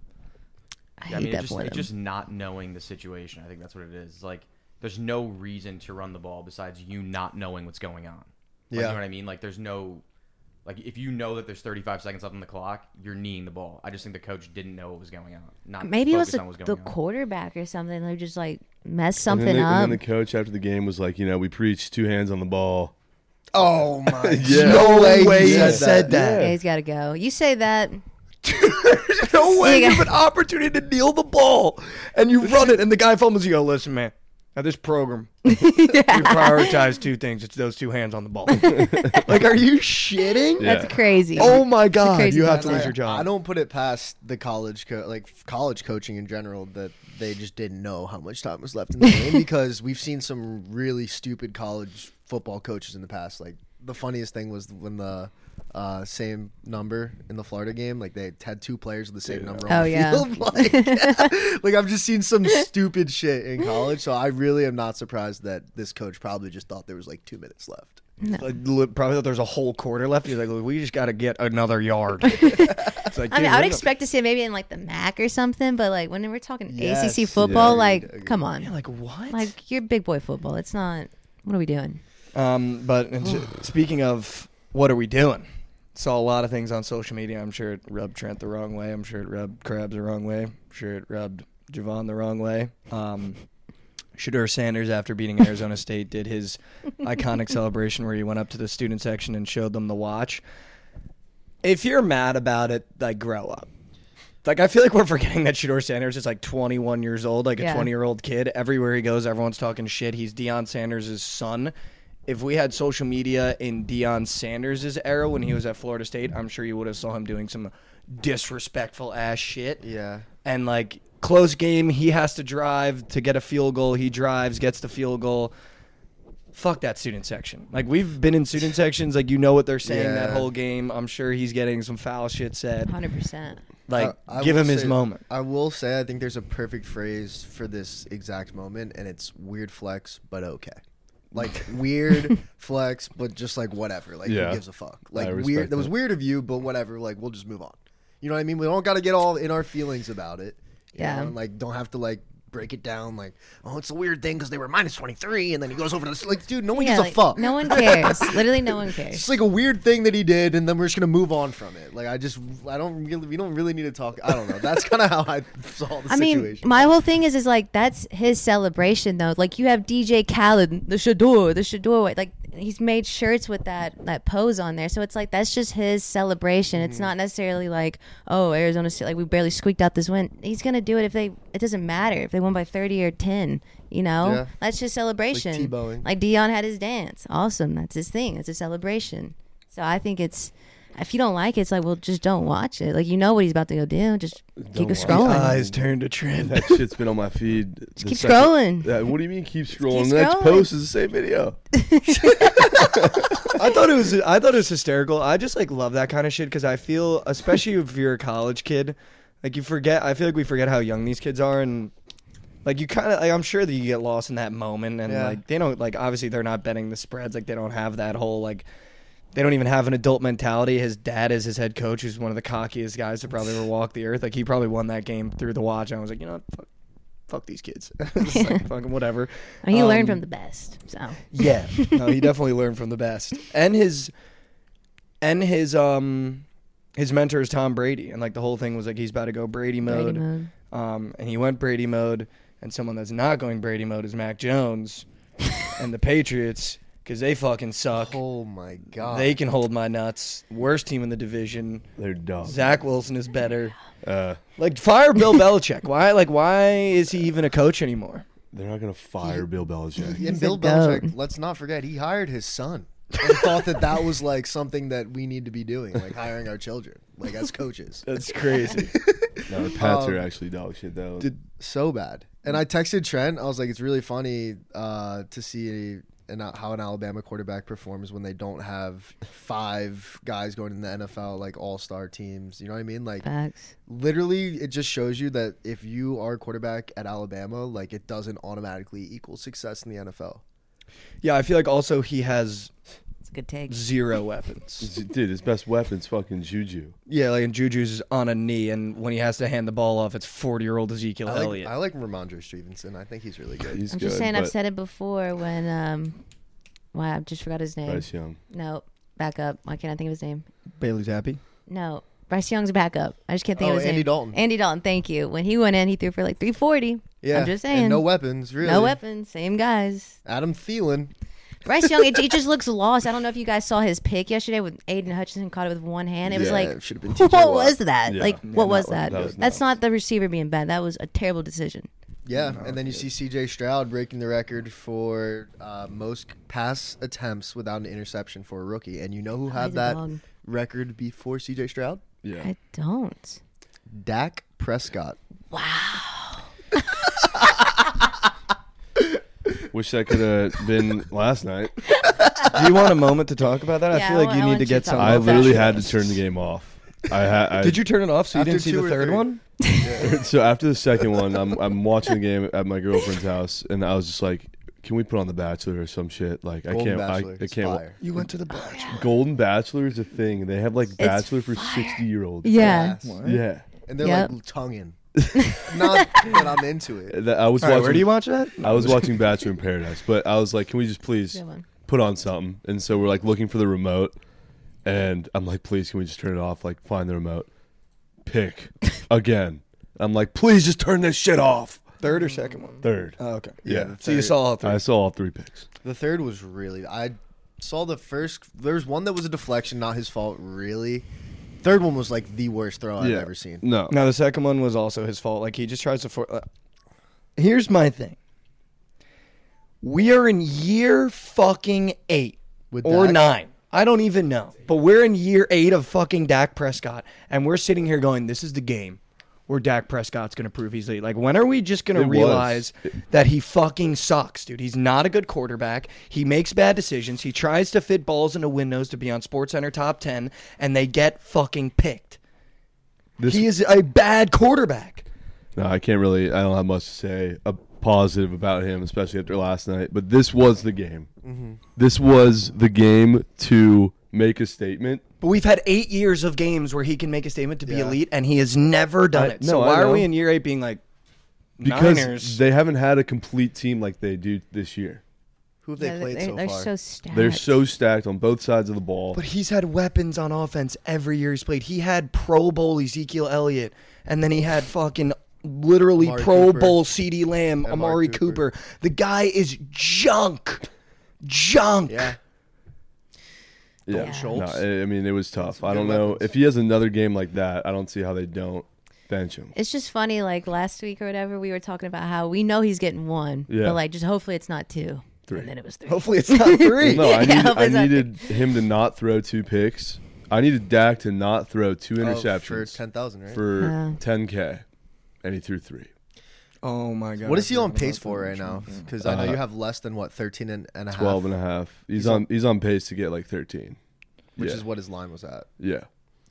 [SPEAKER 3] I
[SPEAKER 6] Yeah, I
[SPEAKER 3] hate
[SPEAKER 6] mean, it's
[SPEAKER 3] that
[SPEAKER 6] just,
[SPEAKER 3] for
[SPEAKER 6] it's
[SPEAKER 3] them.
[SPEAKER 6] just not knowing the situation. I think that's what it is. Like, there's no reason to run the ball besides you not knowing what's going on. Like,
[SPEAKER 4] Yeah.
[SPEAKER 6] You know what I mean? Like, there's no Like if you know that there's 35 seconds left on the clock, you're kneeing the ball. I just think the coach didn't know what was going on. Not
[SPEAKER 3] Maybe it was
[SPEAKER 6] focused
[SPEAKER 3] the,
[SPEAKER 6] on what was going
[SPEAKER 3] the
[SPEAKER 6] on.
[SPEAKER 3] quarterback or something who just like messed
[SPEAKER 2] And then,
[SPEAKER 3] something
[SPEAKER 2] they- and
[SPEAKER 3] up.
[SPEAKER 2] then the coach after the game was like, you know, we preached two hands on the ball.
[SPEAKER 4] Oh my!
[SPEAKER 2] Yeah.
[SPEAKER 4] No way,
[SPEAKER 1] way
[SPEAKER 4] he
[SPEAKER 1] he
[SPEAKER 4] said,
[SPEAKER 1] said
[SPEAKER 4] that.
[SPEAKER 3] yeah, he's got to go. You say that.
[SPEAKER 1] There's no way
[SPEAKER 3] Yeah.
[SPEAKER 1] you have an opportunity to kneel the ball and you run it, and the guy fumbles. You go, listen, man. Now this program, we prioritize two things. It's those two hands on the ball. like, are you shitting?
[SPEAKER 2] Yeah.
[SPEAKER 3] That's crazy.
[SPEAKER 1] Oh my god,
[SPEAKER 3] crazy
[SPEAKER 1] you have
[SPEAKER 3] thought.
[SPEAKER 1] to lose
[SPEAKER 4] I-
[SPEAKER 1] your job.
[SPEAKER 4] I don't put it past the college, co- like f- college coaching in general, that they just didn't know how much time was left in the game because we've seen some really stupid college football coaches in the past. Like the funniest thing was when the uh, same number in the Florida game, like they had two players with the same number. On
[SPEAKER 3] Oh,
[SPEAKER 4] the
[SPEAKER 3] yeah.
[SPEAKER 4] field. Like, like I've just seen some stupid shit in college, so I really am not surprised that this coach probably just thought there was like two minutes left.
[SPEAKER 1] Like, li- probably thought there's a whole quarter left. He's like, "Look, we just got to get another yard. it's like, dude,
[SPEAKER 3] I mean, I would
[SPEAKER 1] we're not-
[SPEAKER 3] expect to see it maybe in like the MAC or something, but like when we're talking
[SPEAKER 4] Yes,
[SPEAKER 3] ACC football,
[SPEAKER 4] agreed,
[SPEAKER 3] like
[SPEAKER 4] agreed.
[SPEAKER 3] come on,
[SPEAKER 1] Yeah, like what?
[SPEAKER 3] like you're big boy football. It's not. What are we doing?
[SPEAKER 1] Um, but and s- speaking of what are we doing? Saw a lot of things on social media. I'm sure it rubbed Trent the wrong way. I'm sure it rubbed Krabs the wrong way. I'm sure it rubbed Javon the wrong way. Um, Shador Sanders, after beating Arizona State, did his iconic celebration where he went up to the student section and showed them the watch. If you're mad about it, like grow up. Like I feel like we're forgetting that Shador Sanders is like 21 years old, like
[SPEAKER 3] Yeah.
[SPEAKER 1] a 20 year old kid. Everywhere he goes, everyone's talking shit. He's Deion Sanders' son. If we had social media in Deion Sanders' era when he was at Florida State, I'm sure you would have saw him doing some disrespectful ass shit
[SPEAKER 4] Yeah.
[SPEAKER 1] and like close game he has to drive to get a field goal he drives gets the field goal fuck that student section like we've been in student sections like you know what they're saying that
[SPEAKER 4] Yeah.
[SPEAKER 1] whole game i'm sure he's getting some foul shit said
[SPEAKER 3] Hundred percent.
[SPEAKER 1] like
[SPEAKER 4] I- I
[SPEAKER 1] give
[SPEAKER 4] will
[SPEAKER 1] him his
[SPEAKER 4] say-
[SPEAKER 1] moment
[SPEAKER 4] I will say I think there's a perfect phrase for this exact moment, and it's weird flex, but okay. Like weird flex, but just like whatever. Like
[SPEAKER 2] Yeah.
[SPEAKER 4] who gives a fuck? Like
[SPEAKER 2] respect
[SPEAKER 4] weird. That. was
[SPEAKER 2] that.
[SPEAKER 4] weird of you, but whatever. Like we'll just move on. You know what I mean? We don't got to get all in our feelings about it. you
[SPEAKER 3] Yeah.
[SPEAKER 4] know, and, like don't have to like break it down. Like oh, it's a weird thing because they were minus twenty three, and then he goes over to this. Like dude, no one
[SPEAKER 3] Yeah,
[SPEAKER 4] gives
[SPEAKER 3] like,
[SPEAKER 4] a fuck.
[SPEAKER 3] No one cares. Literally, no one cares.
[SPEAKER 4] It's like a weird thing that he did, and then we're just gonna move on from it. Like I just, I don't really, we don't really need to talk. I don't know. That's kind of how I saw the
[SPEAKER 3] I mean,
[SPEAKER 4] situation.
[SPEAKER 3] my whole thing is is like that's his celebration though. Like you have DJ Khaled, the Shador, the Shador, way. like he's made shirts with that that pose on there. So it's like that's just his celebration. It's
[SPEAKER 4] Mm-hmm.
[SPEAKER 3] not necessarily like oh Arizona State, like we barely squeaked out this win. He's gonna do it if they. It doesn't matter if they won by thirty or ten. You know,
[SPEAKER 4] Yeah.
[SPEAKER 3] that's just celebration.
[SPEAKER 4] Like T-bowing.
[SPEAKER 3] Like Dion had his dance. Awesome. That's his thing. It's a celebration. So I think it's. If you don't like it, it's like, well, just don't watch it. Like you know what he's about to go do. Just keep
[SPEAKER 2] Don't watch it.
[SPEAKER 3] scrolling.
[SPEAKER 1] eyes turn to trent
[SPEAKER 2] That shit's been on my feed. the
[SPEAKER 3] keep
[SPEAKER 2] second-
[SPEAKER 3] scrolling.
[SPEAKER 2] Yeah, what do you mean keep scrolling?
[SPEAKER 3] keep
[SPEAKER 2] the next
[SPEAKER 3] scrolling.
[SPEAKER 2] post is the same video.
[SPEAKER 1] I thought it was I thought it was hysterical. I just like love that kind of shit because I feel, especially if you're a college kid, like you forget. I feel like we forget how young these kids are, and like you kind of like I'm sure that you get lost in that moment, and
[SPEAKER 4] Yeah.
[SPEAKER 1] like they don't like obviously they're not betting the spreads, like they don't have that whole like. They don't even have an adult mentality. His dad is his head coach, who's one of the cockiest guys to probably ever walk the earth. Like he probably won that game through the watch. And I was like, you know, what? fuck, fuck these kids, It's like, fucking whatever.
[SPEAKER 3] I mean, he learned
[SPEAKER 1] Um,
[SPEAKER 3] from the best. So
[SPEAKER 1] yeah. No, he definitely learned from the best. And his and his um his mentor is Tom Brady and like the whole thing was like he's about to go Brady mode.
[SPEAKER 3] Brady mode.
[SPEAKER 1] Um and he went Brady mode and someone that's not going Brady mode is Mac Jones and the Patriots cuz they fucking suck.
[SPEAKER 4] oh my god,
[SPEAKER 1] They can hold my nuts. Worst team in the division.
[SPEAKER 2] They're dumb.
[SPEAKER 1] Zach Wilson is better.
[SPEAKER 2] Uh,
[SPEAKER 1] Like fire Bill Belichick. Why like why is he even a coach anymore?
[SPEAKER 2] they're not gonna fire Bill Belichick.
[SPEAKER 4] and Bill
[SPEAKER 3] a goat.
[SPEAKER 4] Belichick. Let's not forget he hired his son and thought that that was like something that we need to be doing, like hiring our children, like as coaches.
[SPEAKER 1] That's crazy.
[SPEAKER 2] No, the Pats
[SPEAKER 1] Um,
[SPEAKER 2] are actually dog shit though.
[SPEAKER 4] so bad. And I texted Trent. I was like, it's really funny uh, to see an, how an Alabama quarterback performs when they don't have five guys going in the NFL, like all star teams. You know what I mean? Like,
[SPEAKER 3] facts.
[SPEAKER 4] literally, it just shows you that if you are a quarterback at Alabama, like, it doesn't automatically equal success in the NFL.
[SPEAKER 1] yeah, I feel like also he has
[SPEAKER 3] It's a good take.
[SPEAKER 1] zero weapons.
[SPEAKER 2] Dude, his best weapon's fucking Juju.
[SPEAKER 1] Yeah, like and Juju's is on a knee, and when he has to hand the ball off, it's forty-year-old Ezekiel
[SPEAKER 4] I like,
[SPEAKER 1] Elliott.
[SPEAKER 4] I like Ramondre Stevenson. I think he's really good.
[SPEAKER 2] He's
[SPEAKER 3] I'm
[SPEAKER 2] good,
[SPEAKER 3] just saying, I've
[SPEAKER 2] but
[SPEAKER 3] said it before when um, wow, I just forgot his name.
[SPEAKER 2] Bryce Young.
[SPEAKER 3] No, backup. Why can't I think of his name?
[SPEAKER 1] Bailey's happy.
[SPEAKER 3] No, Bryce Young's backup. I just can't think
[SPEAKER 4] Oh,
[SPEAKER 3] of his
[SPEAKER 4] Andy
[SPEAKER 3] name.
[SPEAKER 4] Dalton.
[SPEAKER 3] Andy Dalton. Thank you. When he went in, he threw for like 340.
[SPEAKER 4] Yeah,
[SPEAKER 3] I'm just
[SPEAKER 4] and
[SPEAKER 3] saying.
[SPEAKER 4] no weapons, really.
[SPEAKER 3] No weapons. Same guys.
[SPEAKER 4] Adam Thielen. uh,
[SPEAKER 3] Bryce Young, it, it just looks lost. I don't know if you guys saw his pick yesterday with Aiden Hutchinson caught it with one hand. It was
[SPEAKER 2] Yeah,
[SPEAKER 3] like,
[SPEAKER 4] it should have been
[SPEAKER 3] what
[SPEAKER 4] TJ Watt.
[SPEAKER 3] was that?
[SPEAKER 2] Yeah.
[SPEAKER 3] Like,
[SPEAKER 2] Yeah,
[SPEAKER 3] what was
[SPEAKER 2] that was-
[SPEAKER 3] that?
[SPEAKER 2] that was
[SPEAKER 3] That's not the receiver being bad. That was a terrible decision.
[SPEAKER 4] Yeah, and then you see C.J. Stroud breaking the record for uh, most pass attempts without an interception for a rookie, and you know who
[SPEAKER 3] He's
[SPEAKER 4] had
[SPEAKER 3] a
[SPEAKER 4] that
[SPEAKER 3] dog.
[SPEAKER 4] record before C.J. Stroud?
[SPEAKER 2] Yeah.
[SPEAKER 3] I don't.
[SPEAKER 4] Dak Prescott.
[SPEAKER 2] Wish that could have been last night.
[SPEAKER 1] Do you want a moment to talk about that?
[SPEAKER 3] Yeah,
[SPEAKER 1] I
[SPEAKER 3] I
[SPEAKER 1] feel
[SPEAKER 3] wa-
[SPEAKER 1] like you
[SPEAKER 3] I
[SPEAKER 1] need
[SPEAKER 3] want
[SPEAKER 1] to
[SPEAKER 3] you
[SPEAKER 1] get
[SPEAKER 3] to
[SPEAKER 1] some.
[SPEAKER 3] talk
[SPEAKER 2] I
[SPEAKER 3] about
[SPEAKER 2] literally
[SPEAKER 3] that.
[SPEAKER 2] had to turn the game off. I had. I,
[SPEAKER 1] Did you turn it off so you
[SPEAKER 4] After
[SPEAKER 1] didn't see
[SPEAKER 4] two
[SPEAKER 1] the
[SPEAKER 4] or
[SPEAKER 1] third
[SPEAKER 4] three.
[SPEAKER 1] one?
[SPEAKER 2] so after the second one, I'm I'm watching the game at my girlfriend's house, and I was just like, "Can we put on The Bachelor or some shit?" Like I
[SPEAKER 4] Golden
[SPEAKER 2] can't, I,
[SPEAKER 4] Bachelor.
[SPEAKER 2] I
[SPEAKER 4] It's
[SPEAKER 2] can't. wa-
[SPEAKER 4] fire.
[SPEAKER 1] You went to the bachelor.
[SPEAKER 2] Golden Bachelor is a thing. They have like Bachelor for sixty year olds.
[SPEAKER 3] Yeah.
[SPEAKER 4] Yes.
[SPEAKER 2] yeah.
[SPEAKER 4] And they're
[SPEAKER 3] Yep.
[SPEAKER 4] like tonguing. Not that I'm into it.
[SPEAKER 2] That- I was
[SPEAKER 1] All right,
[SPEAKER 2] watching.
[SPEAKER 1] where do you watch that?
[SPEAKER 2] I was watching Bachelor in Paradise, but I was like, "Can we just please
[SPEAKER 3] Good one.
[SPEAKER 2] put on something?" And so we're like looking for the remote, and I'm like, "Please, can we just turn it off? Like, find the remote, pick again." I'm like, "Please, just turn this shit off."
[SPEAKER 1] Third or second one?
[SPEAKER 2] Third,
[SPEAKER 1] Oh, okay.
[SPEAKER 2] Yeah.
[SPEAKER 4] the
[SPEAKER 1] So you
[SPEAKER 4] third-
[SPEAKER 1] saw all three.
[SPEAKER 2] I saw all three picks.
[SPEAKER 4] The third was really. I saw the first. There was one that was a deflection, not his fault, really. Third one was like the worst throw I've ever seen.
[SPEAKER 2] No,
[SPEAKER 1] No, the second one was also his fault. Like he just tries to. For- uh, Here's my thing. We are in year fucking eight
[SPEAKER 4] With
[SPEAKER 1] or
[SPEAKER 4] Dak?
[SPEAKER 1] nine. I don't even know, but we're in year eight of fucking Dak Prescott, and we're sitting here going, "This is the game where Dak Prescott's going to prove he's elite." Like, when are we just going
[SPEAKER 2] It
[SPEAKER 1] to
[SPEAKER 2] was.
[SPEAKER 1] realize that he fucking sucks, dude? He's not a good quarterback. He makes bad decisions. He tries to fit balls into windows to be on SportsCenter top ten, and they get fucking picked.
[SPEAKER 2] this,
[SPEAKER 1] He is a bad quarterback.
[SPEAKER 2] no, I can't really. I don't have much to say uh positive about him, especially after last night. But this was the game.
[SPEAKER 4] Mm-hmm.
[SPEAKER 2] This was the game to make a statement.
[SPEAKER 1] But we've had eight years of games where he can make a statement to be
[SPEAKER 4] Yeah.
[SPEAKER 1] elite, and he has never done
[SPEAKER 2] I-
[SPEAKER 1] it. so
[SPEAKER 2] no, I
[SPEAKER 1] why are we
[SPEAKER 2] know.
[SPEAKER 1] in year eight being like
[SPEAKER 2] because
[SPEAKER 1] Niners?
[SPEAKER 2] they haven't had a complete team like they do this year.
[SPEAKER 4] Who have they
[SPEAKER 3] Yeah,
[SPEAKER 4] played
[SPEAKER 3] they're,
[SPEAKER 4] so
[SPEAKER 3] they're
[SPEAKER 4] far?
[SPEAKER 3] so stacked.
[SPEAKER 2] They're so stacked on both sides of the ball.
[SPEAKER 1] but he's had weapons on offense every year he's played. He had Pro Bowl Ezekiel Elliott, and then he had fucking literally
[SPEAKER 4] Amari
[SPEAKER 1] Pro
[SPEAKER 4] Cooper.
[SPEAKER 1] Bowl CD Lamb,
[SPEAKER 4] Amari
[SPEAKER 1] Amari
[SPEAKER 4] Cooper.
[SPEAKER 1] Cooper. The guy is junk, junk.
[SPEAKER 4] yeah.
[SPEAKER 2] yeah,
[SPEAKER 4] Schultz.
[SPEAKER 2] No, I- I mean it was tough. I
[SPEAKER 4] good
[SPEAKER 2] don't know
[SPEAKER 4] weapons.
[SPEAKER 2] if he has another game like that. I don't see how they don't bench him.
[SPEAKER 3] It's just funny. Like last week or whatever, we were talking about how we know he's getting one,
[SPEAKER 2] Yeah.
[SPEAKER 3] but like just hopefully it's not two.
[SPEAKER 2] Three.
[SPEAKER 3] And then it was three.
[SPEAKER 1] Hopefully it's not three.
[SPEAKER 2] No, I,
[SPEAKER 3] Yeah,
[SPEAKER 2] needed,
[SPEAKER 3] it
[SPEAKER 2] I
[SPEAKER 3] was nothing.
[SPEAKER 2] needed him to not throw two picks. I needed Dak to not throw two interceptions
[SPEAKER 4] Oh, for 10,000, right?
[SPEAKER 2] for
[SPEAKER 3] Yeah.
[SPEAKER 2] 10k, and he threw three.
[SPEAKER 1] Oh my god!
[SPEAKER 4] what is he
[SPEAKER 1] I
[SPEAKER 4] on
[SPEAKER 1] forgot
[SPEAKER 4] pace
[SPEAKER 1] about
[SPEAKER 4] for
[SPEAKER 1] that.
[SPEAKER 4] right now? Because I know
[SPEAKER 2] Uh,
[SPEAKER 4] you have less than what 13 and, and a half,
[SPEAKER 2] 12 and a half. He's, on he's on pace to get like 13.
[SPEAKER 4] which
[SPEAKER 2] yeah.
[SPEAKER 4] is what his line was at.
[SPEAKER 2] Yeah.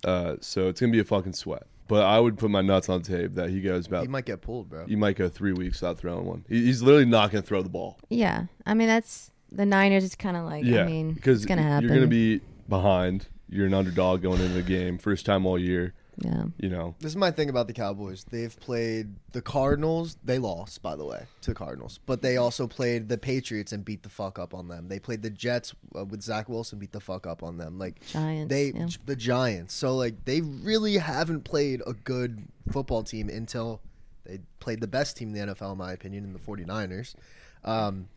[SPEAKER 2] Uh, so it's gonna be a fucking sweat. But I would put my nuts on tape that he goes about.
[SPEAKER 4] He might get pulled, bro.
[SPEAKER 2] you might go three weeks without throwing one. He- He's literally not gonna throw the ball.
[SPEAKER 3] Yeah, I mean that's the Niners. It's kind of like I mean, it's gonna happen.
[SPEAKER 2] you're gonna be behind. You're an underdog going into the game, first time all year.
[SPEAKER 3] yeah.
[SPEAKER 2] You know,
[SPEAKER 4] This is my thing about the Cowboys. They've played the Cardinals. They lost, by the way, to the Cardinals. But they also played the Patriots and beat the fuck up on them. They played the Jets uh, with Zach Wilson, beat the fuck up on them. Like
[SPEAKER 3] Giants,
[SPEAKER 4] they
[SPEAKER 3] yeah.
[SPEAKER 4] the Giants. So like they really haven't played a good football team until they played the best team in the NFL, in my opinion, in the 49ers. Um,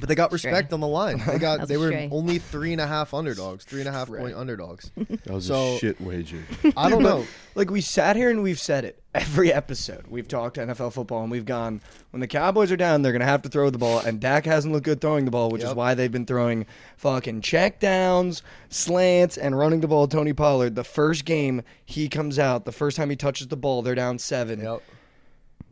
[SPEAKER 4] but they got respect on the line. They got
[SPEAKER 3] That's
[SPEAKER 4] they were
[SPEAKER 3] stray.
[SPEAKER 4] only three and a half underdogs, three and a half point underdogs.
[SPEAKER 2] that was
[SPEAKER 4] So-
[SPEAKER 2] a shit wager.
[SPEAKER 4] I don't know.
[SPEAKER 1] Like we sat here and we've said it every episode. We've talked NFL football and we've gone when the Cowboys are down, they're gonna have to throw the ball, and Dak hasn't looked good throwing the ball, which is
[SPEAKER 4] Yep.
[SPEAKER 1] why they've been throwing fucking checkdowns, slants, and running the ball. Tony Pollard, the first game he comes out, the first time he touches the ball, they're down seven.
[SPEAKER 4] Yep.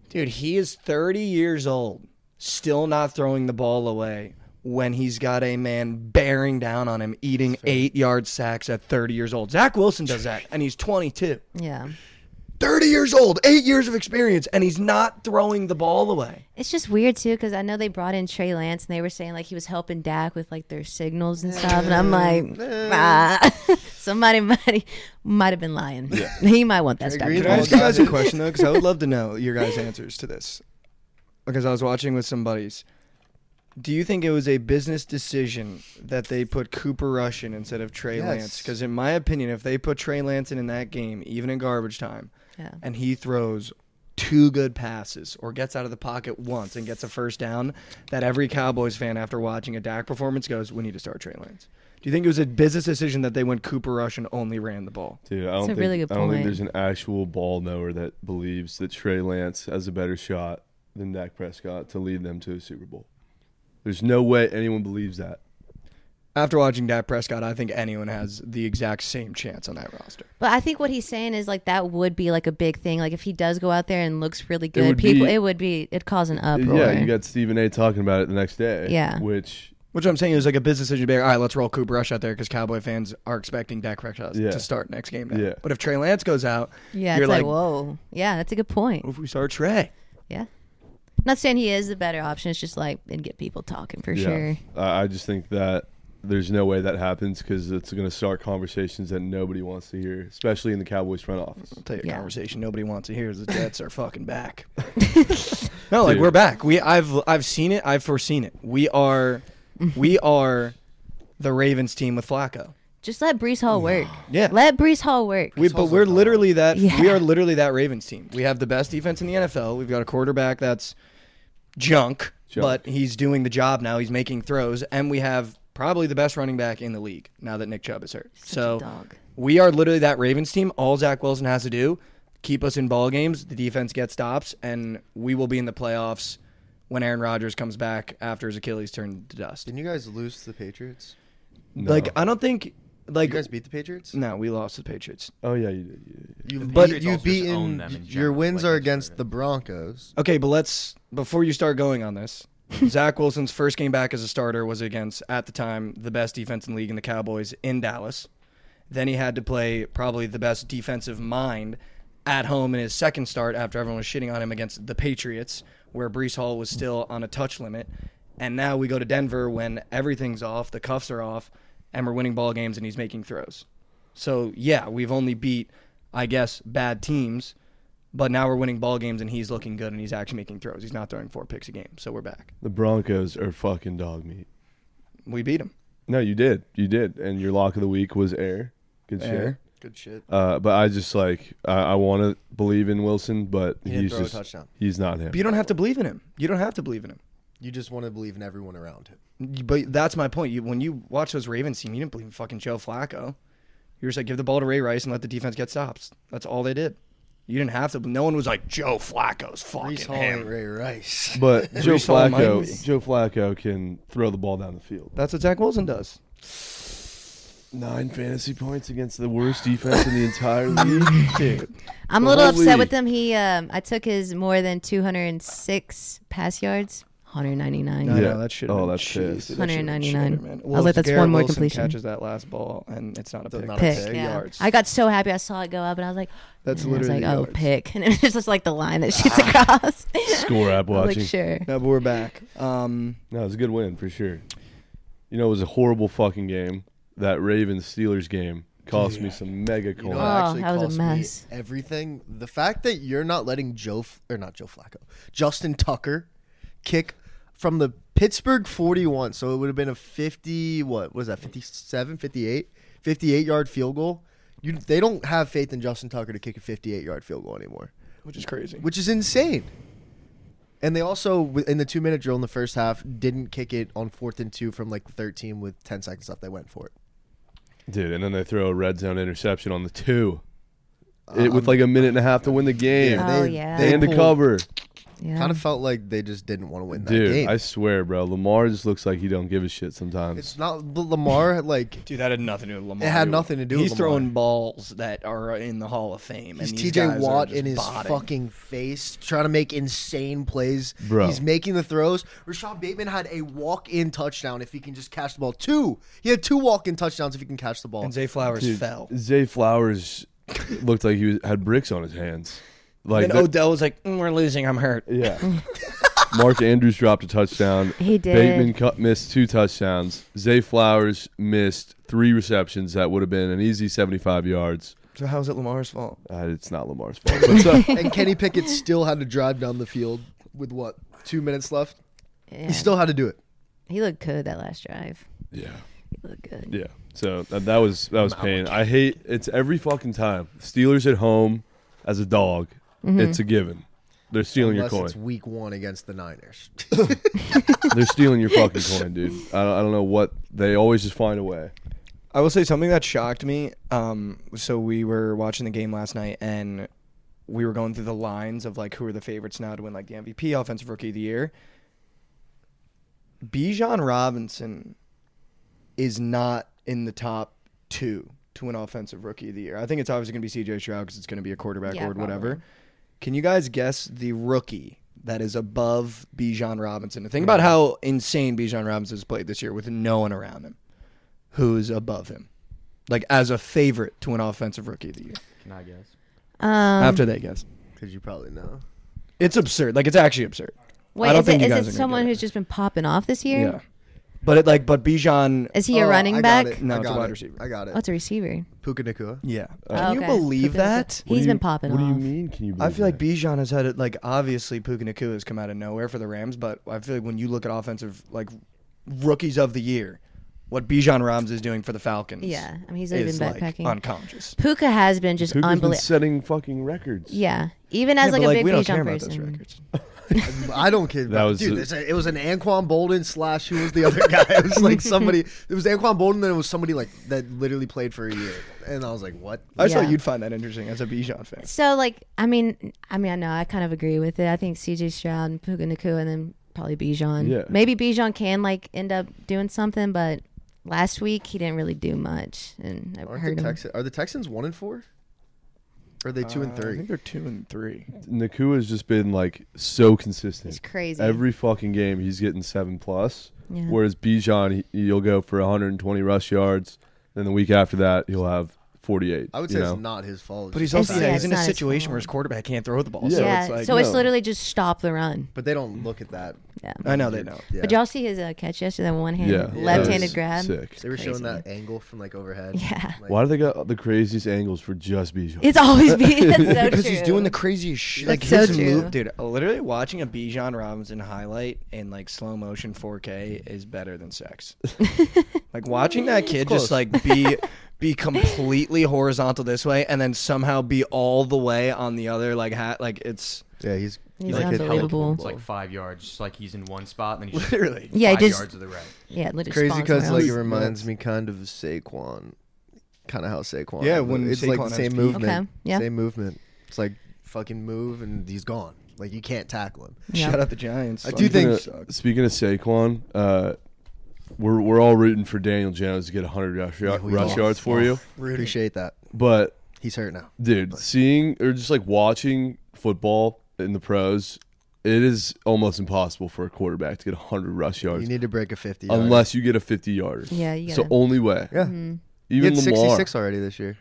[SPEAKER 1] Dude, he is 30 years old, still not throwing the ball away when he's got a man bearing down on him, eating eight yard sacks at 30 years old. Zach Wilson does that, and he's 22.
[SPEAKER 3] Yeah.
[SPEAKER 1] 30 years old, eight years of experience, and he's not throwing the ball away.
[SPEAKER 3] It's just weird too because I know they brought in Trey Lance and they were saying like he was helping Dak with like their signals and stuff, and I'm like, ah. somebody might might have been lying. he might want that stuff.
[SPEAKER 4] Green-
[SPEAKER 1] Can I ask you guys a question, though? Because I would love to know your guys' answers to this. Because I was watching with some buddies. Do you think it was a business decision that they put Cooper Rush in instead of Trey
[SPEAKER 4] Yes.
[SPEAKER 1] Lance? Because in my opinion, if they put Trey Lance in in that game, even in garbage time,
[SPEAKER 3] Yeah.
[SPEAKER 1] and he throws two good passes or gets out of the pocket once and gets a first down, that every Cowboys fan after watching a Dak performance goes, "We need to start Trey Lance." Do you think it was a business decision that they went Cooper Rush and only ran the ball?
[SPEAKER 2] Dude, I don't,
[SPEAKER 3] a
[SPEAKER 2] think,
[SPEAKER 3] really good
[SPEAKER 2] I don't think
[SPEAKER 3] point.
[SPEAKER 2] there's an actual ball knower that believes that Trey Lance has a better shot than Dak Prescott to lead them to a Super Bowl. There's no way anyone believes that.
[SPEAKER 1] After watching Dak Prescott, I think anyone has the exact same chance on that roster.
[SPEAKER 3] But I think what he's saying is like that would be like a big thing. Like if he does go out there and looks really good,
[SPEAKER 2] would
[SPEAKER 3] people
[SPEAKER 2] be-
[SPEAKER 3] it would be it'd cause an uproar.
[SPEAKER 2] Yeah, you got Stephen A. talking about it the next day.
[SPEAKER 3] Yeah.
[SPEAKER 2] Which
[SPEAKER 1] Which I'm saying is like a business decision. to be Like, All right, let's roll Cooper Rush out there because Cowboy fans are expecting Dak Prescott
[SPEAKER 2] Yeah.
[SPEAKER 1] to start next game. Now.
[SPEAKER 2] Yeah.
[SPEAKER 1] But if Trey Lance goes out,
[SPEAKER 3] Yeah,
[SPEAKER 1] you're
[SPEAKER 3] it's like,
[SPEAKER 1] like, Oh.
[SPEAKER 3] whoa. Yeah, that's a good point.
[SPEAKER 1] what if we start Trey?
[SPEAKER 3] Yeah. Not saying he is the better option. It's just like it'd get people talking for
[SPEAKER 2] yeah,
[SPEAKER 3] sure.
[SPEAKER 2] I, I just think that there's no way that happens because it's going to start conversations that nobody wants to hear, especially in the Cowboys front office.
[SPEAKER 1] I'll tell you a
[SPEAKER 3] Yeah.
[SPEAKER 1] conversation nobody wants to hear is the Jets are fucking back. no, like
[SPEAKER 2] Dude.
[SPEAKER 1] we're back. We I've I've seen it. I've foreseen it. We are we are the Ravens team with Flacco.
[SPEAKER 3] Just let Brees Hall work.
[SPEAKER 1] Yeah.
[SPEAKER 3] Let Brees Hall work.
[SPEAKER 1] We, but we're literally that. We
[SPEAKER 3] Yeah.
[SPEAKER 1] are literally that Ravens team. We have the best defense in the NFL. We've got a quarterback that's junk,
[SPEAKER 2] Junk.
[SPEAKER 1] but he's doing the job now. He's making throws, and we have probably the best running back in the league now that Nick Chubb is hurt. so
[SPEAKER 3] dog.
[SPEAKER 1] we are literally that Ravens team. All Zach Wilson has to do keep us in ball games. The defense gets stops, and we will be in the playoffs when Aaron Rodgers comes back after his Achilles turned to dust.
[SPEAKER 4] Didn't you guys lose to the Patriots?
[SPEAKER 2] No.
[SPEAKER 1] Like I don't think like
[SPEAKER 4] You guys beat the Patriots?
[SPEAKER 1] no, we lost to the Patriots.
[SPEAKER 2] oh yeah, you did. Yeah, yeah.
[SPEAKER 4] You,
[SPEAKER 6] The
[SPEAKER 4] but
[SPEAKER 6] Patriots
[SPEAKER 4] you
[SPEAKER 6] also just
[SPEAKER 4] beat
[SPEAKER 6] own
[SPEAKER 4] in,
[SPEAKER 6] them in
[SPEAKER 4] your
[SPEAKER 6] general,
[SPEAKER 4] wins
[SPEAKER 6] like,
[SPEAKER 4] are
[SPEAKER 6] that's
[SPEAKER 4] against
[SPEAKER 6] what it
[SPEAKER 4] the Broncos.
[SPEAKER 1] Okay, but let's before you start going on this. Zach Wilson's first game back as a starter was against at the time the best defense in the league in the Cowboys in Dallas. Then he had to play probably the best defensive mind at home in his second start after everyone was shitting on him against the Patriots, where Brees Hall was still on a touch limit. And now we go to Denver when everything's off, the cuffs are off, and we're winning ball games and he's making throws. So yeah, we've only beat, I guess, bad teams, but now we're winning ball games and he's looking good and he's actually making throws. He's not throwing four picks a game, so we're back.
[SPEAKER 2] The Broncos are fucking dog meat.
[SPEAKER 1] We beat him.
[SPEAKER 2] No, you did. You did. And your lock of the week was air. Good
[SPEAKER 1] Air.
[SPEAKER 2] shit.
[SPEAKER 4] Good shit.
[SPEAKER 2] Uh, but I just like I, I want to believe in Wilson, but
[SPEAKER 4] He didn't
[SPEAKER 2] he's
[SPEAKER 4] throw a
[SPEAKER 2] just
[SPEAKER 4] touchdown.
[SPEAKER 2] he's not him.
[SPEAKER 1] But you don't have to believe in him. You don't have to believe in him.
[SPEAKER 4] You just want to believe in everyone around him.
[SPEAKER 1] But that's my point. You when you watch those Ravens team, you didn't believe in fucking Joe Flacco. You were just like, give the ball to Ray Rice and let the defense get stops. That's all they did. You didn't have to. No one was like Joe Flacco's fucking
[SPEAKER 4] Brees Hall and
[SPEAKER 1] him.
[SPEAKER 4] Ray Rice.
[SPEAKER 2] But Joe
[SPEAKER 1] Brees Hall might
[SPEAKER 2] Flacco,
[SPEAKER 1] be.
[SPEAKER 2] Joe Flacco can throw the ball down the field.
[SPEAKER 1] That's what Zach Wilson does.
[SPEAKER 2] Nine fantasy points against the worst defense in the entire league. Dude.
[SPEAKER 3] I'm a little upset
[SPEAKER 2] Holy.
[SPEAKER 3] with him. He um I took his more than 206 pass yards, 199.
[SPEAKER 1] I
[SPEAKER 2] Yeah.
[SPEAKER 1] know, that should.
[SPEAKER 2] Oh, that's pissed.
[SPEAKER 3] 199. I was
[SPEAKER 1] if
[SPEAKER 3] like, that's
[SPEAKER 1] Garrett
[SPEAKER 3] one more
[SPEAKER 1] Wilson
[SPEAKER 3] completion.
[SPEAKER 1] Catches that last ball, and it's not a pick.
[SPEAKER 4] Not a
[SPEAKER 3] Pick,
[SPEAKER 4] Pick.
[SPEAKER 3] yeah.
[SPEAKER 1] Yards.
[SPEAKER 3] I got so happy I saw it go up, and I was like,
[SPEAKER 1] That's
[SPEAKER 3] and I was
[SPEAKER 1] literally
[SPEAKER 3] like, oh,
[SPEAKER 1] yards.
[SPEAKER 3] pick, and it's just like the line that shoots across.
[SPEAKER 2] Score app
[SPEAKER 3] I was
[SPEAKER 2] watching.
[SPEAKER 3] like, sure.
[SPEAKER 1] No, but we're back. Um,
[SPEAKER 2] No, it was a good win for sure. You know, it was a horrible fucking game. That Ravens Steelers game cost me some mega
[SPEAKER 4] You
[SPEAKER 2] coin.
[SPEAKER 4] know,
[SPEAKER 3] Oh,
[SPEAKER 4] what actually
[SPEAKER 3] that was a
[SPEAKER 4] cost
[SPEAKER 3] mess.
[SPEAKER 4] Me everything. The fact that you're not letting Joe F- or not Joe Flacco, Justin Tucker, kick from the Pittsburgh 41, so it would have been a 50. What was that? 57, 58, 58 yard field goal. You, they don't have faith in Justin Tucker to kick a 58 yard field goal anymore,
[SPEAKER 1] which is crazy.
[SPEAKER 4] which is insane. And they also, wi- in the two minute drill in the first half, didn't kick it on fourth and two from like 13 with 10 seconds left. They went for it.
[SPEAKER 2] Dude, and then they throw a red zone interception on the two. It with like a minute and a half to win the game.
[SPEAKER 3] Yeah. Oh, yeah.
[SPEAKER 2] They and the
[SPEAKER 4] pulled-
[SPEAKER 2] cover.
[SPEAKER 3] Yeah.
[SPEAKER 4] Kind of felt like they just didn't want to win that
[SPEAKER 2] Dude,
[SPEAKER 4] game.
[SPEAKER 2] I swear, bro. Lamar just looks like he don't give a shit sometimes.
[SPEAKER 4] it's not but Lamar. Like
[SPEAKER 1] Dude, that had nothing to do with Lamar.
[SPEAKER 4] It had nothing to do
[SPEAKER 1] He's
[SPEAKER 4] with Lamar.
[SPEAKER 1] throwing balls that are in the Hall of Fame.
[SPEAKER 4] he's
[SPEAKER 1] and these
[SPEAKER 4] T.J.
[SPEAKER 1] guys are
[SPEAKER 4] Watt
[SPEAKER 1] just
[SPEAKER 4] in his
[SPEAKER 1] botting.
[SPEAKER 4] fucking face, trying to make insane plays.
[SPEAKER 2] Bro.
[SPEAKER 4] He's making the throws. Rashad Bateman had a walk-in touchdown if he can just catch the ball. Two. He had two walk-in touchdowns if he can catch the ball.
[SPEAKER 1] And Zay Flowers
[SPEAKER 2] Dude,
[SPEAKER 1] fell.
[SPEAKER 2] Zay Flowers looked like he was, had bricks on his hands. Like
[SPEAKER 1] and
[SPEAKER 2] the-
[SPEAKER 1] Odell was like, "Mm, "We're losing. I'm hurt."
[SPEAKER 2] yeah. Mark Andrews dropped a touchdown.
[SPEAKER 3] He did.
[SPEAKER 2] Bateman cut, missed two touchdowns. Zay Flowers missed three receptions that would have been an easy 75 yards.
[SPEAKER 1] So how is it Lamar's fault?
[SPEAKER 2] Uh, it's not Lamar's fault. But so,
[SPEAKER 4] and Kenny Pickett still had to drive down the field with what two minutes left.
[SPEAKER 3] Yeah.
[SPEAKER 4] He still had to do it.
[SPEAKER 3] He looked good that last drive.
[SPEAKER 2] Yeah.
[SPEAKER 3] He looked good.
[SPEAKER 2] Yeah. So uh, that, that was that was pain. I hate it's every fucking time. Steelers at home as a dog,
[SPEAKER 3] Mm-hmm.
[SPEAKER 2] it's a given. They're stealing
[SPEAKER 4] Unless
[SPEAKER 2] your
[SPEAKER 4] it's
[SPEAKER 2] coin.
[SPEAKER 4] week one against the Niners.
[SPEAKER 2] They're stealing your fucking coin, dude. I don't, I don't know what they always just find a way.
[SPEAKER 1] I will say something that shocked me. Um, so we were watching the game last night, and we were going through the lines of like who are the favorites now to win like the MVP, Offensive Rookie of the Year. Bijan Robinson is not in the top two to win Offensive Rookie of the Year. I think it's obviously going to be CJ Stroud because it's going to be a quarterback
[SPEAKER 3] Yeah,
[SPEAKER 1] or whatever.
[SPEAKER 3] probably.
[SPEAKER 1] Can you guys guess the rookie that is above Bijan Robinson? Think about how insane Bijan Robinson has played this year with no one around him who's above him, like as a favorite to an offensive rookie of the year.
[SPEAKER 6] Can I guess?
[SPEAKER 3] Um,
[SPEAKER 1] After they guess,
[SPEAKER 4] Because you probably know.
[SPEAKER 1] it's absurd. Like it's actually absurd.
[SPEAKER 3] wait,
[SPEAKER 1] I don't
[SPEAKER 3] is
[SPEAKER 1] think you
[SPEAKER 3] it, is
[SPEAKER 1] guys are
[SPEAKER 3] it
[SPEAKER 1] gonna
[SPEAKER 3] someone
[SPEAKER 1] get it.
[SPEAKER 3] who's just been popping off this year?
[SPEAKER 1] Yeah, but it like but Bijan.
[SPEAKER 3] Is he a
[SPEAKER 4] Oh,
[SPEAKER 3] running
[SPEAKER 4] I
[SPEAKER 3] back?
[SPEAKER 4] got it.
[SPEAKER 1] No,
[SPEAKER 4] I
[SPEAKER 1] it's a
[SPEAKER 4] got
[SPEAKER 1] wide
[SPEAKER 4] it.
[SPEAKER 1] receiver.
[SPEAKER 4] I got
[SPEAKER 3] Oh,
[SPEAKER 4] it.
[SPEAKER 3] it's a receiver.
[SPEAKER 4] Puka Nakua.
[SPEAKER 1] yeah, Uh,
[SPEAKER 3] Oh,
[SPEAKER 1] can you
[SPEAKER 3] okay.
[SPEAKER 1] believe
[SPEAKER 3] Puka Nakua.
[SPEAKER 1] that?
[SPEAKER 3] He's
[SPEAKER 2] What do
[SPEAKER 3] been
[SPEAKER 2] you-
[SPEAKER 3] popping
[SPEAKER 2] What
[SPEAKER 3] off.
[SPEAKER 2] do you mean? Can you?
[SPEAKER 1] I feel like
[SPEAKER 2] believe
[SPEAKER 1] Bijan has had it like obviously Puka Nakua has come out of nowhere for the Rams, but I feel like when you look at offensive like rookies of the year, what Bijan Rams is doing for the Falcons,
[SPEAKER 3] Yeah, I mean he's
[SPEAKER 1] is
[SPEAKER 3] been
[SPEAKER 1] like
[SPEAKER 3] backpacking.
[SPEAKER 1] unconscious.
[SPEAKER 3] Puka has been just
[SPEAKER 2] that? Puka's been
[SPEAKER 3] unbelievable.
[SPEAKER 2] setting fucking records.
[SPEAKER 3] Yeah, even as
[SPEAKER 1] Yeah,
[SPEAKER 3] like
[SPEAKER 1] but,
[SPEAKER 3] a big
[SPEAKER 1] we don't
[SPEAKER 3] Bijan
[SPEAKER 1] care
[SPEAKER 3] person.
[SPEAKER 1] about those records.
[SPEAKER 4] I don't care. That
[SPEAKER 2] was
[SPEAKER 4] was dude.
[SPEAKER 2] a-
[SPEAKER 4] it's a- it was an Anquan Bolden slash who was the other guy? It was like somebody. It was Anquan Bolden. Then it was somebody like that literally played for a year. And I was like, what?
[SPEAKER 1] I just
[SPEAKER 3] Yeah.
[SPEAKER 1] thought you'd find that interesting as a Bijan fan.
[SPEAKER 3] So like, I mean, I mean, I know I kind of agree with it. I think C.J. Stroud and Puka Nakua, and then probably Bijan.
[SPEAKER 2] Yeah.
[SPEAKER 3] Maybe Bijan can like end up doing something, but last week he didn't really do much, and I
[SPEAKER 4] Aren't
[SPEAKER 3] heard
[SPEAKER 4] the
[SPEAKER 3] him.
[SPEAKER 4] Texans? Are the Texans one and four? Or are they two and
[SPEAKER 1] Uh, I
[SPEAKER 4] three?
[SPEAKER 1] think they're two and three.
[SPEAKER 2] Nakua's just been like so consistent.
[SPEAKER 3] It's crazy.
[SPEAKER 2] Every fucking game, he's getting seven plus.
[SPEAKER 3] Yeah.
[SPEAKER 2] Whereas Bijan, he, he'll go for 120 rush yards, and the week after that, he'll have 48.
[SPEAKER 4] I would
[SPEAKER 2] you
[SPEAKER 4] say
[SPEAKER 2] know?
[SPEAKER 4] it's not his fault.
[SPEAKER 1] Uh, But he's
[SPEAKER 3] It's-
[SPEAKER 1] also yeah,
[SPEAKER 3] yeah,
[SPEAKER 1] he's
[SPEAKER 3] it's
[SPEAKER 1] in a
[SPEAKER 3] not his
[SPEAKER 1] situation where
[SPEAKER 3] fault.
[SPEAKER 1] his quarterback can't throw the ball.
[SPEAKER 2] Yeah.
[SPEAKER 1] So
[SPEAKER 3] yeah.
[SPEAKER 1] it's like,
[SPEAKER 3] so it's
[SPEAKER 2] no.
[SPEAKER 3] literally just stop the run.
[SPEAKER 4] But they don't look at that.
[SPEAKER 3] Yeah.
[SPEAKER 1] I know they know.
[SPEAKER 4] Yeah.
[SPEAKER 3] But y'all see his uh, catch yesterday, the one hand,
[SPEAKER 2] Yeah, that
[SPEAKER 3] left-handed
[SPEAKER 2] was
[SPEAKER 3] grab.
[SPEAKER 2] sick.
[SPEAKER 4] they were showing
[SPEAKER 3] Crazy.
[SPEAKER 4] that angle from like overhead.
[SPEAKER 3] Yeah.
[SPEAKER 4] Like,
[SPEAKER 2] Why do they got the craziest angles for just Bijan?
[SPEAKER 3] It's always be that's so
[SPEAKER 1] Because
[SPEAKER 3] true.
[SPEAKER 1] he's doing the craziest shit. Like
[SPEAKER 3] That's so
[SPEAKER 1] his
[SPEAKER 3] true.
[SPEAKER 1] move, dude. Literally watching a Bijan Robinson highlight in like slow motion 4K is better than sex. like watching that kid just like be be completely horizontal this way and then somehow be all the way on the other like hat. Like it's
[SPEAKER 4] Yeah, he's
[SPEAKER 3] He's
[SPEAKER 4] like,
[SPEAKER 6] Like,
[SPEAKER 4] it-
[SPEAKER 3] unbelievable.
[SPEAKER 6] It's like five yards. Just like he's in one spot, and then he's just
[SPEAKER 1] literally.
[SPEAKER 3] yeah, he
[SPEAKER 6] five
[SPEAKER 3] just
[SPEAKER 6] yards of the right.
[SPEAKER 3] yeah, literally
[SPEAKER 4] crazy
[SPEAKER 3] spawns
[SPEAKER 4] because
[SPEAKER 3] somewhere
[SPEAKER 4] like it
[SPEAKER 3] else.
[SPEAKER 4] reminds me kind of Saquon, kind of how Saquon.
[SPEAKER 1] Yeah, when
[SPEAKER 4] it's like
[SPEAKER 1] Saquon
[SPEAKER 4] the
[SPEAKER 1] has
[SPEAKER 4] same
[SPEAKER 1] speed.
[SPEAKER 4] movement.
[SPEAKER 3] Okay, yeah.
[SPEAKER 4] Same movement. It's like fucking move and he's gone. Like you can't tackle him.
[SPEAKER 3] Yeah.
[SPEAKER 1] Shout out the Giants.
[SPEAKER 4] I do
[SPEAKER 1] Fucking
[SPEAKER 4] think-
[SPEAKER 1] suck.
[SPEAKER 2] Speaking of Saquon, uh, we're we're all rooting for Daniel Jones to get 100 rush, yard-
[SPEAKER 4] we
[SPEAKER 2] rush
[SPEAKER 4] are.
[SPEAKER 2] yards for you,
[SPEAKER 4] Appreciate that.
[SPEAKER 2] but
[SPEAKER 4] He's hurt now.
[SPEAKER 2] dude, seeing or just like watching football in the pros, it is almost impossible for a quarterback to get 100 rush yards
[SPEAKER 4] You need to break a fifty. yarder.
[SPEAKER 2] unless you get a 50 yarder.
[SPEAKER 3] Yeah, you
[SPEAKER 2] it's the
[SPEAKER 3] gotta- Mm-hmm.
[SPEAKER 2] only way.
[SPEAKER 4] yeah, he
[SPEAKER 2] Even Lamar.
[SPEAKER 4] had sixty six already this year.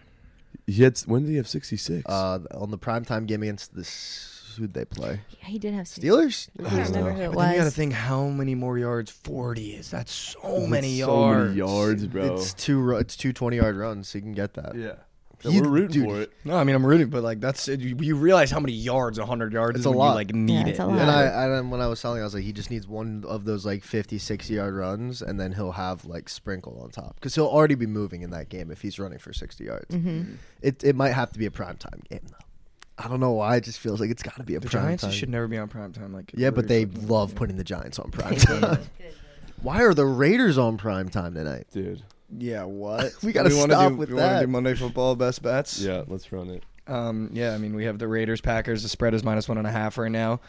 [SPEAKER 2] He had when did he have 66?
[SPEAKER 4] Uh, on the primetime game against the s- who'd they play?
[SPEAKER 3] Yeah, he did have six.
[SPEAKER 4] Steelers.
[SPEAKER 3] I can't remember who it
[SPEAKER 1] But then you got to
[SPEAKER 3] was.
[SPEAKER 1] think how many more yards 40 is. That's so
[SPEAKER 2] That's
[SPEAKER 1] many
[SPEAKER 2] so
[SPEAKER 1] yards.
[SPEAKER 2] many yards, bro.
[SPEAKER 4] It's two. ru- It's two twenty yard runs. So you can get that.
[SPEAKER 2] yeah, So
[SPEAKER 4] You-
[SPEAKER 2] we're rooting
[SPEAKER 4] dude,
[SPEAKER 2] for it.
[SPEAKER 1] No, I mean I'm rooting, but like that's you, you realize how many yards 100 yards
[SPEAKER 4] It's
[SPEAKER 1] is
[SPEAKER 4] a
[SPEAKER 1] when
[SPEAKER 4] lot.
[SPEAKER 1] You, like need
[SPEAKER 3] Yeah,
[SPEAKER 1] it.
[SPEAKER 3] it's a lot.
[SPEAKER 4] And I, I and when I was selling, I was like, he just needs one of those like 50, 60 yard runs, and then he'll have like sprinkle on top because he'll already be moving in that game if he's running for sixty yards. It it might have to be a primetime game though. I don't know why. It just feels like it's got to be a
[SPEAKER 1] The
[SPEAKER 4] prime
[SPEAKER 1] Giants
[SPEAKER 4] time.
[SPEAKER 1] should never be on prime time. Like
[SPEAKER 4] yeah, but they love putting the Giants on prime time. why are the Raiders on prime time tonight?
[SPEAKER 2] Dude,
[SPEAKER 1] yeah what
[SPEAKER 4] We gotta
[SPEAKER 1] wanna
[SPEAKER 4] stop
[SPEAKER 1] do,
[SPEAKER 4] with
[SPEAKER 1] we wanna
[SPEAKER 4] that.
[SPEAKER 1] do Monday football best bets.
[SPEAKER 2] yeah, let's run it.
[SPEAKER 1] um, yeah. I mean we have the Raiders Packers. The spread is minus one and a half right now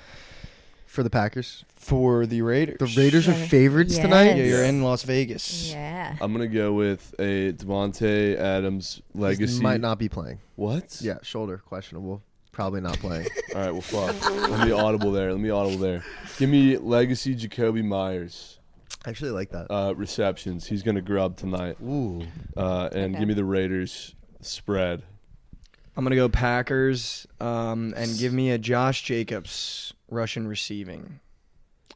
[SPEAKER 4] For the Packers,
[SPEAKER 1] for the Raiders.
[SPEAKER 4] the Raiders are
[SPEAKER 3] Yeah.
[SPEAKER 4] favorites tonight.
[SPEAKER 1] Yeah, you're
[SPEAKER 3] Yes.
[SPEAKER 1] in Las Vegas.
[SPEAKER 3] Yeah.
[SPEAKER 2] I'm gonna go with a Devonte Adams
[SPEAKER 4] He
[SPEAKER 2] legacy.
[SPEAKER 4] might not be playing.
[SPEAKER 2] What?
[SPEAKER 4] Yeah, shoulder questionable. Probably not playing.
[SPEAKER 2] All right. Well, fuck. Let me audible there. Let me audible there. Give me legacy Jacoby Myers
[SPEAKER 4] I actually like that.
[SPEAKER 2] uh, receptions. He's gonna grub tonight.
[SPEAKER 4] Ooh.
[SPEAKER 2] Uh, and
[SPEAKER 3] Okay.
[SPEAKER 2] give me the Raiders spread.
[SPEAKER 1] I'm gonna go Packers. Um, and give me a Josh Jacobs Russian receiving.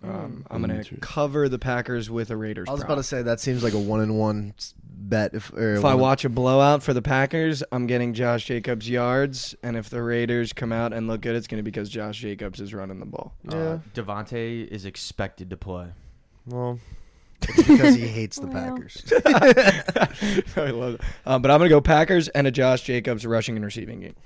[SPEAKER 1] Um, I'm gonna
[SPEAKER 2] Interesting.
[SPEAKER 1] cover the Packers with a Raiders.
[SPEAKER 4] I was
[SPEAKER 1] prop.
[SPEAKER 4] about to say that seems like a one in one bet. If, or
[SPEAKER 1] If
[SPEAKER 4] one
[SPEAKER 1] I
[SPEAKER 4] in-
[SPEAKER 1] watch a blowout for the Packers, I'm getting Josh Jacobs yards, and if the Raiders come out and look good, it's going to be because Josh Jacobs is running the ball.
[SPEAKER 6] Uh, Devontae is expected to play.
[SPEAKER 4] well, because he hates the Packers.
[SPEAKER 1] I love that. Um, but I'm gonna go Packers and a Josh Jacobs rushing and receiving game.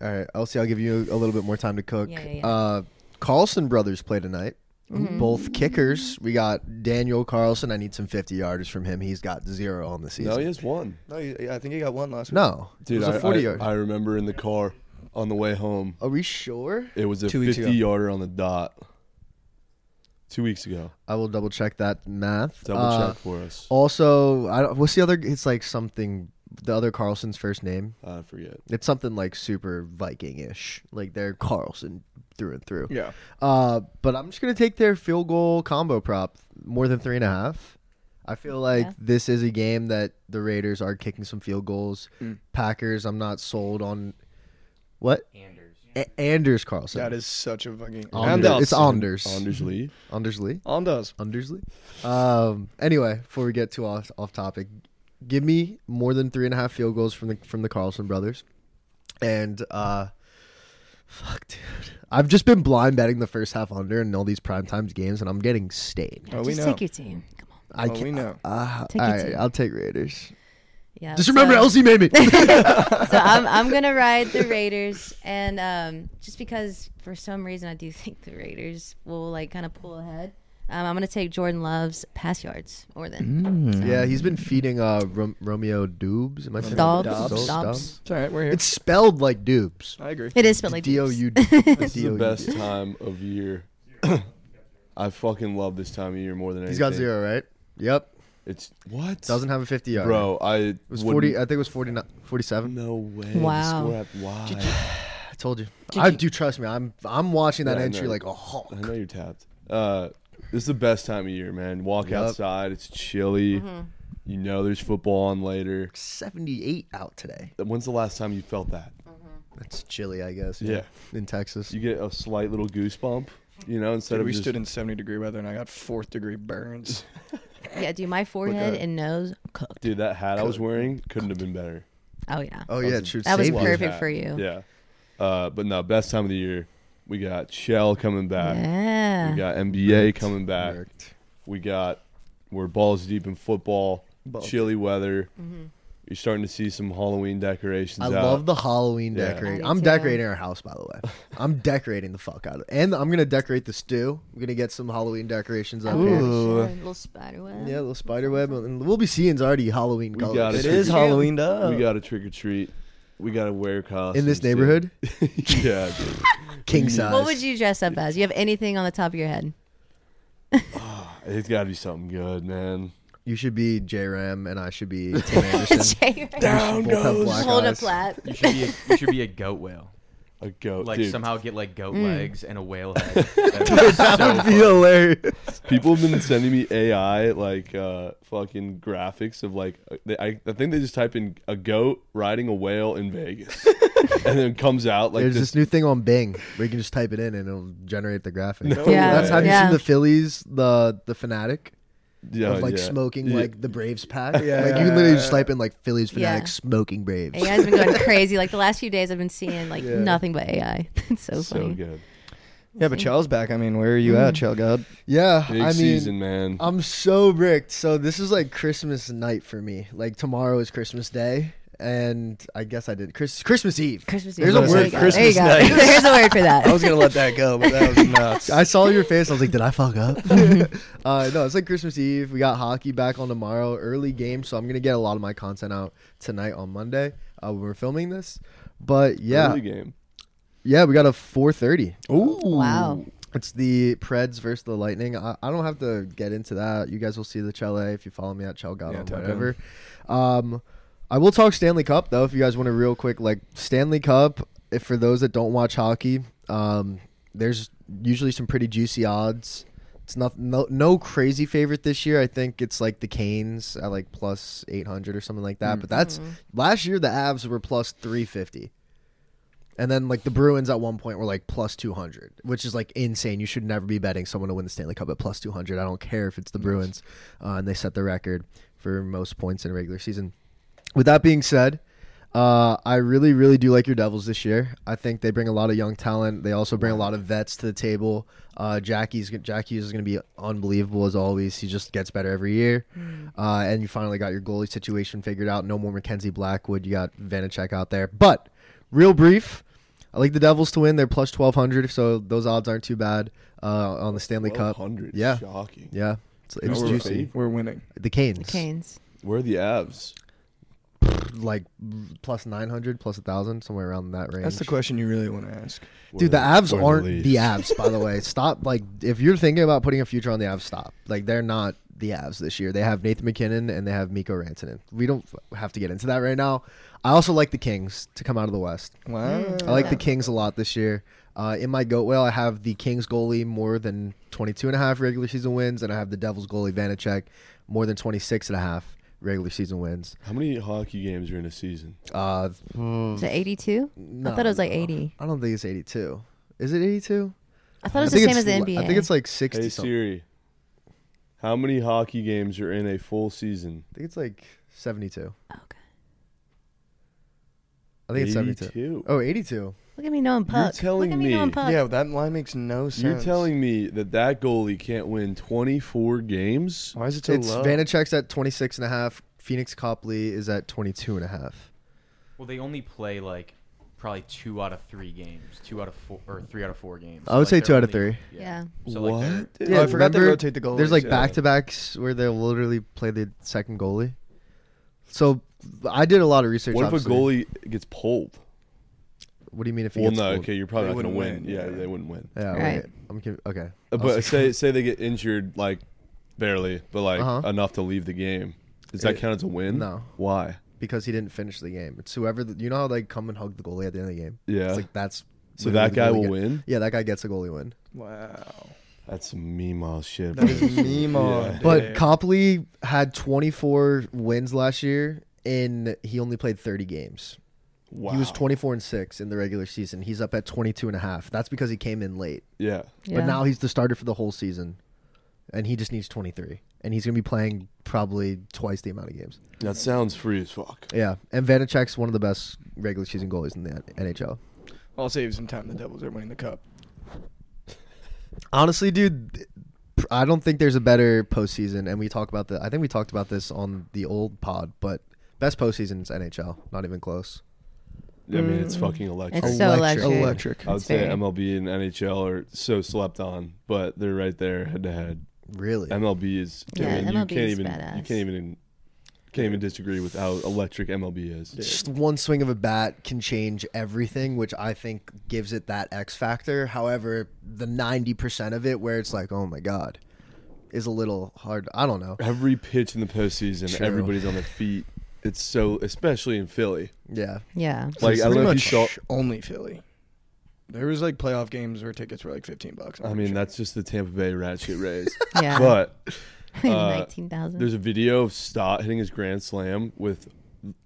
[SPEAKER 4] All right, Elsie, I'll give you a little bit more time to cook.
[SPEAKER 3] Yeah, yeah, Mm-hmm. yeah.
[SPEAKER 4] Uh, Carlson brothers play tonight. Both kickers. We got Daniel Carlson. I need some 50 yarders from him. He's got zero on the season.
[SPEAKER 2] No, he has one.
[SPEAKER 1] No, I think he got one last
[SPEAKER 4] No.
[SPEAKER 2] Dude,
[SPEAKER 4] it was
[SPEAKER 2] I-
[SPEAKER 4] a 40
[SPEAKER 2] I,
[SPEAKER 4] yard.
[SPEAKER 2] I remember in the car on the way home,
[SPEAKER 4] Are we sure?
[SPEAKER 2] it was a
[SPEAKER 1] Two weeks
[SPEAKER 2] 50
[SPEAKER 1] ago.
[SPEAKER 2] yarder on the dot. Two weeks ago.
[SPEAKER 4] I will double check that math.
[SPEAKER 2] Double
[SPEAKER 4] Uh,
[SPEAKER 2] check for us.
[SPEAKER 4] Also, I don't, what's the other? It's like something. The other Carlson's first name.
[SPEAKER 2] I forget.
[SPEAKER 4] It's something like super Viking-ish. Like they're Carlson through and through.
[SPEAKER 1] Yeah.
[SPEAKER 4] Uh, but I'm just gonna take their field goal combo prop more than three and a half. I feel like
[SPEAKER 3] Yeah.
[SPEAKER 4] this is a game that the Raiders are kicking some field goals.
[SPEAKER 1] Mm.
[SPEAKER 4] Packers, I'm not sold on. What
[SPEAKER 6] Anders.
[SPEAKER 4] a- Anders Carlson?
[SPEAKER 1] That is such a fucking.
[SPEAKER 4] Anders. It's Anders.
[SPEAKER 2] Anders Lee.
[SPEAKER 4] Anders Lee.
[SPEAKER 1] Anders.
[SPEAKER 4] Undersley. Um. Anyway, before we get too off off topic, give me more than three and a half field goals from the from the Carlson brothers, and uh, fuck, dude, I've just been blind betting the first half under in all these prime times games, and I'm getting stayed.
[SPEAKER 1] Oh, we
[SPEAKER 3] Just
[SPEAKER 1] know.
[SPEAKER 3] take your team. Come on.
[SPEAKER 4] I
[SPEAKER 1] Oh, we
[SPEAKER 4] can't.
[SPEAKER 1] know.
[SPEAKER 4] Uh,
[SPEAKER 3] Take
[SPEAKER 4] all
[SPEAKER 3] your
[SPEAKER 4] right,
[SPEAKER 3] team.
[SPEAKER 4] I'll take Raiders.
[SPEAKER 3] Yeah.
[SPEAKER 4] Just remember,
[SPEAKER 3] so-
[SPEAKER 4] LC made me.
[SPEAKER 3] so I'm, I'm gonna ride the Raiders, and um, just because for some reason I do think the Raiders will like kind of pull ahead. Um, I'm gonna take Jordan Love's pass yards or then
[SPEAKER 4] yeah, he's been feeding uh Rom- Romeo Dubes. Am I saying
[SPEAKER 3] Dobbs.
[SPEAKER 4] Dobbs?
[SPEAKER 3] Dobbs.
[SPEAKER 4] Dobbs?
[SPEAKER 1] It's all right. We're here.
[SPEAKER 4] It's spelled like Dubes.
[SPEAKER 1] I agree.
[SPEAKER 3] it is spelled like
[SPEAKER 4] D o
[SPEAKER 3] Dukes.
[SPEAKER 4] u.
[SPEAKER 2] This is the best time of year. I fucking love this time of year more than anything.
[SPEAKER 4] He's got zero, right? Yep.
[SPEAKER 2] It's what?
[SPEAKER 4] Doesn't have a 50 yard.
[SPEAKER 2] Bro, I it
[SPEAKER 4] It was 40. I think it was 49, 47.
[SPEAKER 2] No way.
[SPEAKER 3] Wow.
[SPEAKER 2] The score app- why?
[SPEAKER 4] I told you. I do trust me. I'm I'm watching that
[SPEAKER 2] Yeah, I
[SPEAKER 4] entry
[SPEAKER 2] know.
[SPEAKER 4] like a hawk.
[SPEAKER 2] I know you're tapped. Uh, this is the best time of year, man. Walk
[SPEAKER 4] Yup.
[SPEAKER 2] outside. It's chilly.
[SPEAKER 3] Mm-hmm.
[SPEAKER 2] You know there's football on later.
[SPEAKER 4] 78 out today.
[SPEAKER 2] When's the last time you felt that?
[SPEAKER 4] That's chilly, I guess.
[SPEAKER 2] Yeah.
[SPEAKER 4] In Texas.
[SPEAKER 2] You get a slight little goosebump, you know, instead
[SPEAKER 1] Dude,
[SPEAKER 2] of
[SPEAKER 1] we
[SPEAKER 2] just
[SPEAKER 1] stood in 70 degree weather and I got fourth degree burns.
[SPEAKER 3] Yeah, dude, my forehead
[SPEAKER 1] at-
[SPEAKER 3] and nose cooked.
[SPEAKER 2] dude that hat I was wearing couldn't have been better.
[SPEAKER 3] Oh yeah.
[SPEAKER 4] oh,
[SPEAKER 2] That
[SPEAKER 4] yeah.
[SPEAKER 2] was-
[SPEAKER 4] True.
[SPEAKER 3] That was
[SPEAKER 4] Safety.
[SPEAKER 3] perfect
[SPEAKER 2] hat.
[SPEAKER 3] for you.
[SPEAKER 2] Yeah. Uh, but no, best time of the year. We got Shell coming back. We
[SPEAKER 3] Yeah.
[SPEAKER 2] got NBA coming back.
[SPEAKER 4] Worked.
[SPEAKER 2] We got we're balls deep in football.
[SPEAKER 1] Balls
[SPEAKER 2] Chilly weather. You're starting to see some Halloween decorations.
[SPEAKER 4] I
[SPEAKER 2] out.
[SPEAKER 4] love the Halloween
[SPEAKER 2] Yeah.
[SPEAKER 4] decorating.
[SPEAKER 3] I do
[SPEAKER 4] I'm
[SPEAKER 3] too.
[SPEAKER 4] decorating our house, by the way. I'm decorating the fuck out of it. And I'm going to decorate the stew. I'm going to get some Halloween decorations up
[SPEAKER 3] Okay,
[SPEAKER 4] here.
[SPEAKER 3] sure. Little spider web.
[SPEAKER 4] Yeah, a little spider web. And we'll be seeing already Halloween
[SPEAKER 2] We
[SPEAKER 4] colors.
[SPEAKER 2] got
[SPEAKER 1] it
[SPEAKER 2] It
[SPEAKER 1] is
[SPEAKER 2] is
[SPEAKER 1] Halloween up.
[SPEAKER 2] We got to trick or treat. We got to wear costumes
[SPEAKER 4] In this
[SPEAKER 2] dude.
[SPEAKER 4] neighborhood?
[SPEAKER 2] yeah. dude.
[SPEAKER 4] King size.
[SPEAKER 3] What would you dress up as? You have anything on the top of your head?
[SPEAKER 2] It's got to be something good, man.
[SPEAKER 4] You should be J Ram and I should be Tim Anderson.
[SPEAKER 3] Jay,
[SPEAKER 4] Down goes.
[SPEAKER 3] Hold a plat.
[SPEAKER 6] You should be a, you should be a goat whale.
[SPEAKER 2] A goat,
[SPEAKER 6] Like
[SPEAKER 2] dude.
[SPEAKER 6] somehow get like goat legs and a whale head. That'd be
[SPEAKER 4] Mm. That
[SPEAKER 6] so
[SPEAKER 4] would be
[SPEAKER 6] fun.
[SPEAKER 4] hilarious.
[SPEAKER 2] People have been sending me AI like uh, fucking graphics of like uh, they, I, I think they just type in a goat riding a whale in Vegas, and then it comes out like
[SPEAKER 4] There's
[SPEAKER 2] this.
[SPEAKER 4] this new thing on Bing where you can just type it in and it'll generate the graphic.
[SPEAKER 3] Yeah.
[SPEAKER 4] That's how you
[SPEAKER 3] Yeah.
[SPEAKER 4] see the Phillies, the the fanatic
[SPEAKER 2] yeah,
[SPEAKER 4] of like
[SPEAKER 2] yeah.
[SPEAKER 4] smoking
[SPEAKER 2] Yeah.
[SPEAKER 4] like the Braves pack. like you can literally just type in like Phillies fanatic
[SPEAKER 3] Yeah.
[SPEAKER 4] smoking Braves.
[SPEAKER 3] AI's been going crazy. Like the last few days, I've been seeing like nothing but AI. it's so
[SPEAKER 2] so
[SPEAKER 3] funny.
[SPEAKER 2] good.
[SPEAKER 1] yeah, but Chel's back. I mean, where are you at, Chel God?
[SPEAKER 4] Yeah,
[SPEAKER 2] Big
[SPEAKER 4] I mean,
[SPEAKER 2] season, man.
[SPEAKER 4] I'm so bricked. So this is like Christmas night for me. Like tomorrow is Christmas Day, and I guess I did Chris Christmas Eve.
[SPEAKER 3] Christmas Eve.
[SPEAKER 4] There's a
[SPEAKER 1] Christmas
[SPEAKER 4] word.
[SPEAKER 1] Eve.
[SPEAKER 4] for
[SPEAKER 1] Christmas
[SPEAKER 3] there you go.
[SPEAKER 1] night.
[SPEAKER 3] There's a word for that.
[SPEAKER 1] I was going to let that go, but that was nuts.
[SPEAKER 4] I saw your face. I was like, did I fuck up? uh, no, it's like Christmas Eve. We got hockey back on tomorrow. Early game, so I'm gonna get a lot of my content out tonight on Monday uh, when we're filming this. But yeah,
[SPEAKER 2] Early game.
[SPEAKER 4] yeah, we got a 4:30.
[SPEAKER 1] Ooh.
[SPEAKER 3] wow.
[SPEAKER 4] It's the Preds versus the Lightning. I, I don't have to get into that. You guys will see the Chele if you follow me at Chelgado
[SPEAKER 1] Yeah,
[SPEAKER 4] on
[SPEAKER 1] tap in.
[SPEAKER 4] whatever. Um, I will talk Stanley Cup though if you guys want to real quick like Stanley Cup. If for those that don't watch hockey, um, there's usually some pretty juicy odds. It's not no, no crazy favorite this year. I think it's like the Canes at like plus eight hundred or something like that. But that's last year the Avs were plus three fifty. And then like the Bruins at one point were like plus 200, which is like insane. You should never be betting someone to win the Stanley Cup at plus 200. I don't care if it's the Bruins. Uh, and they set the record for most points in a regular season. With that being said, Uh, I really, really do like your Devils this year. I think they bring a lot of young talent. They also bring a lot of vets to the table. Uh, Jackie's Jack Hughes is going to be unbelievable as always. He just gets better every year. Uh, and you finally got your goalie situation figured out. No more Mackenzie Blackwood. You got Vanacek out there. But real brief, I like the Devils to win. They're plus twelve hundred, so those odds aren't too bad uh, on the Stanley Cup.
[SPEAKER 2] 100.
[SPEAKER 4] Yeah.
[SPEAKER 2] Shocking.
[SPEAKER 4] Yeah, it's, it's
[SPEAKER 2] we're
[SPEAKER 4] juicy.
[SPEAKER 2] favored.
[SPEAKER 1] We're winning.
[SPEAKER 4] The Canes,
[SPEAKER 3] Canes.
[SPEAKER 2] Where are the Avs?
[SPEAKER 4] like plus nine hundred, plus a thousand, somewhere around that range.
[SPEAKER 1] That's the question you really want to ask.
[SPEAKER 2] Where
[SPEAKER 4] Dude, the
[SPEAKER 2] are
[SPEAKER 4] Avs
[SPEAKER 2] where are
[SPEAKER 4] aren't the,
[SPEAKER 2] Leafs?
[SPEAKER 4] Avs, by the way. Stop. Like, if you're thinking about putting a future on the Avs, stop. Like, they're not the Avs this year. They have Nathan McKinnon and they have Miko Rantanen. We don't f- have to get into that right now. I also like the Kings to come out of the West.
[SPEAKER 1] Wow.
[SPEAKER 4] I like the Kings a lot this year. Uh, in my goat whale, I have the Kings goalie more than 22 and a half regular season wins, and I have the Devils goalie Vanacek more than 26 and a half regular season wins.
[SPEAKER 2] How many hockey games are in a season?
[SPEAKER 4] Uh,
[SPEAKER 3] Is it 82? I thought it was like 80.
[SPEAKER 4] I don't think it's 82. Is it 82?
[SPEAKER 3] I thought it
[SPEAKER 4] I
[SPEAKER 3] was the
[SPEAKER 4] think
[SPEAKER 3] same as
[SPEAKER 4] it's
[SPEAKER 3] the
[SPEAKER 4] le-
[SPEAKER 3] NBA.
[SPEAKER 4] I think it's like 60
[SPEAKER 2] Hey
[SPEAKER 4] something.
[SPEAKER 2] Siri, how many hockey games are in a full season?
[SPEAKER 4] I think it's like 72.
[SPEAKER 3] Okay.
[SPEAKER 4] I think it's 72.
[SPEAKER 2] 82.
[SPEAKER 4] Oh, 82.
[SPEAKER 3] Look at me knowing puck.
[SPEAKER 2] telling
[SPEAKER 3] Look at me,
[SPEAKER 2] me-
[SPEAKER 3] knowing puck.
[SPEAKER 1] Yeah, that line makes no sense.
[SPEAKER 2] You're telling me that that goalie can't win 24
[SPEAKER 4] Oh,
[SPEAKER 2] games?
[SPEAKER 1] Why is it so
[SPEAKER 4] It's
[SPEAKER 1] low?
[SPEAKER 4] Vanacek's at 26 and a half. Phoenix Copley is at 22 and a half.
[SPEAKER 6] Well, they only play like probably two out of three games, two out of four or three out of four games.
[SPEAKER 4] I would say
[SPEAKER 6] they're
[SPEAKER 4] two out of
[SPEAKER 6] only-
[SPEAKER 4] three.
[SPEAKER 3] Yeah.
[SPEAKER 6] So like they're-
[SPEAKER 2] What?
[SPEAKER 1] Yeah, Oh, I forgot they
[SPEAKER 4] remember
[SPEAKER 1] rotate the goalies.
[SPEAKER 4] There's like
[SPEAKER 1] yeah.
[SPEAKER 4] back to backs where they'll literally play the second goalie. So I did a lot of research.
[SPEAKER 2] What if a
[SPEAKER 4] obviously.
[SPEAKER 2] goalie gets pulled?
[SPEAKER 4] What do you mean if he
[SPEAKER 2] Well,
[SPEAKER 4] gets
[SPEAKER 2] no,
[SPEAKER 4] pulled?
[SPEAKER 2] okay, you're probably
[SPEAKER 1] They
[SPEAKER 2] not going to win.
[SPEAKER 1] wouldn't win,
[SPEAKER 2] Yeah,
[SPEAKER 1] yeah.
[SPEAKER 2] they wouldn't win.
[SPEAKER 4] Yeah,
[SPEAKER 3] Right.
[SPEAKER 4] right. I'm conv- okay.
[SPEAKER 2] Uh, But say say they get injured like barely, but like
[SPEAKER 4] Uh-huh.
[SPEAKER 2] enough to leave the game. Does that
[SPEAKER 4] It-
[SPEAKER 2] count as a win?
[SPEAKER 4] no.
[SPEAKER 2] Why?
[SPEAKER 4] because he didn't finish the game. It's whoever the, you know how they come and hug the goalie at the end of the game.
[SPEAKER 2] Yeah.
[SPEAKER 4] It's like that's
[SPEAKER 2] so
[SPEAKER 4] literally
[SPEAKER 2] that
[SPEAKER 4] the
[SPEAKER 2] guy
[SPEAKER 4] goalie
[SPEAKER 2] will
[SPEAKER 4] get-
[SPEAKER 2] win.
[SPEAKER 4] Yeah, that guy gets a goalie win.
[SPEAKER 1] Wow.
[SPEAKER 2] That's some meemaw shit.
[SPEAKER 1] That
[SPEAKER 2] bro.
[SPEAKER 1] is Nemo.
[SPEAKER 2] Yeah.
[SPEAKER 4] But
[SPEAKER 1] dude.
[SPEAKER 4] Copley had 24 wins last year, and he only played 30 games.
[SPEAKER 2] wow.
[SPEAKER 4] He was 24 and 6 in the regular season. He's up at 22 and a half. That's because he came in late.
[SPEAKER 2] Yeah.
[SPEAKER 3] yeah.
[SPEAKER 4] But now he's the starter for the whole season, and he just needs 23. And he's going to be playing probably twice the amount of games.
[SPEAKER 2] That sounds free as fuck.
[SPEAKER 4] Yeah. And Vanacek's one of the best regular season goalies in the NHL.
[SPEAKER 1] I'll save some time. The Devils are winning the cup.
[SPEAKER 4] Honestly, dude, th- I don't think there's a better postseason. And we talk about the, I think we talked about this on the old pod, but best postseason is NHL. Not even close.
[SPEAKER 2] I mean,
[SPEAKER 1] Mm.
[SPEAKER 2] it's fucking electric.
[SPEAKER 3] It's so
[SPEAKER 4] Electric.
[SPEAKER 3] electric.
[SPEAKER 1] Electric.
[SPEAKER 2] I would
[SPEAKER 3] It's
[SPEAKER 2] say
[SPEAKER 3] very-
[SPEAKER 2] MLB and NHL are so slept on, but they're right there head to head.
[SPEAKER 4] Really?
[SPEAKER 2] MLB is. I
[SPEAKER 3] Yeah,
[SPEAKER 2] mean, you
[SPEAKER 3] MLB
[SPEAKER 2] can't
[SPEAKER 3] is
[SPEAKER 2] even. You
[SPEAKER 3] badass.
[SPEAKER 2] can't even. Can't even disagree with how electric MLB is.
[SPEAKER 4] just one swing of a bat can change everything, which I think gives it that X factor. However, the 90% of it where it's like, oh my God, is a little hard. I don't know.
[SPEAKER 2] Every pitch in the postseason,
[SPEAKER 4] True.
[SPEAKER 2] everybody's on their feet. It's so, especially in Philly.
[SPEAKER 4] Yeah.
[SPEAKER 3] Yeah.
[SPEAKER 2] Like I don't know if you
[SPEAKER 1] Pretty
[SPEAKER 2] saw.
[SPEAKER 1] much only Philly. There was like playoff games where tickets were like fifteen bucks.
[SPEAKER 2] I mean, that's just the Tampa Bay ratchet raise.
[SPEAKER 3] Yeah.
[SPEAKER 2] But uh,
[SPEAKER 4] Mm-hmm.
[SPEAKER 3] 19,000.
[SPEAKER 2] there's a video of Stott hitting his grand slam with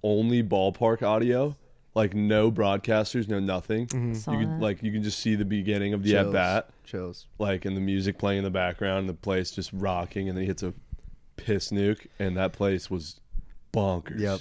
[SPEAKER 2] only ballpark audio, like no broadcasters, no nothing.
[SPEAKER 3] Saw
[SPEAKER 2] You
[SPEAKER 3] that.
[SPEAKER 2] could like you can just see the beginning of the
[SPEAKER 4] Mm-hmm. Chills.
[SPEAKER 2] at bat,
[SPEAKER 4] Chills.
[SPEAKER 2] like and the music playing in the background, the place just rocking, and then he hits a piss nuke, and that place was bonkers.
[SPEAKER 4] Yep.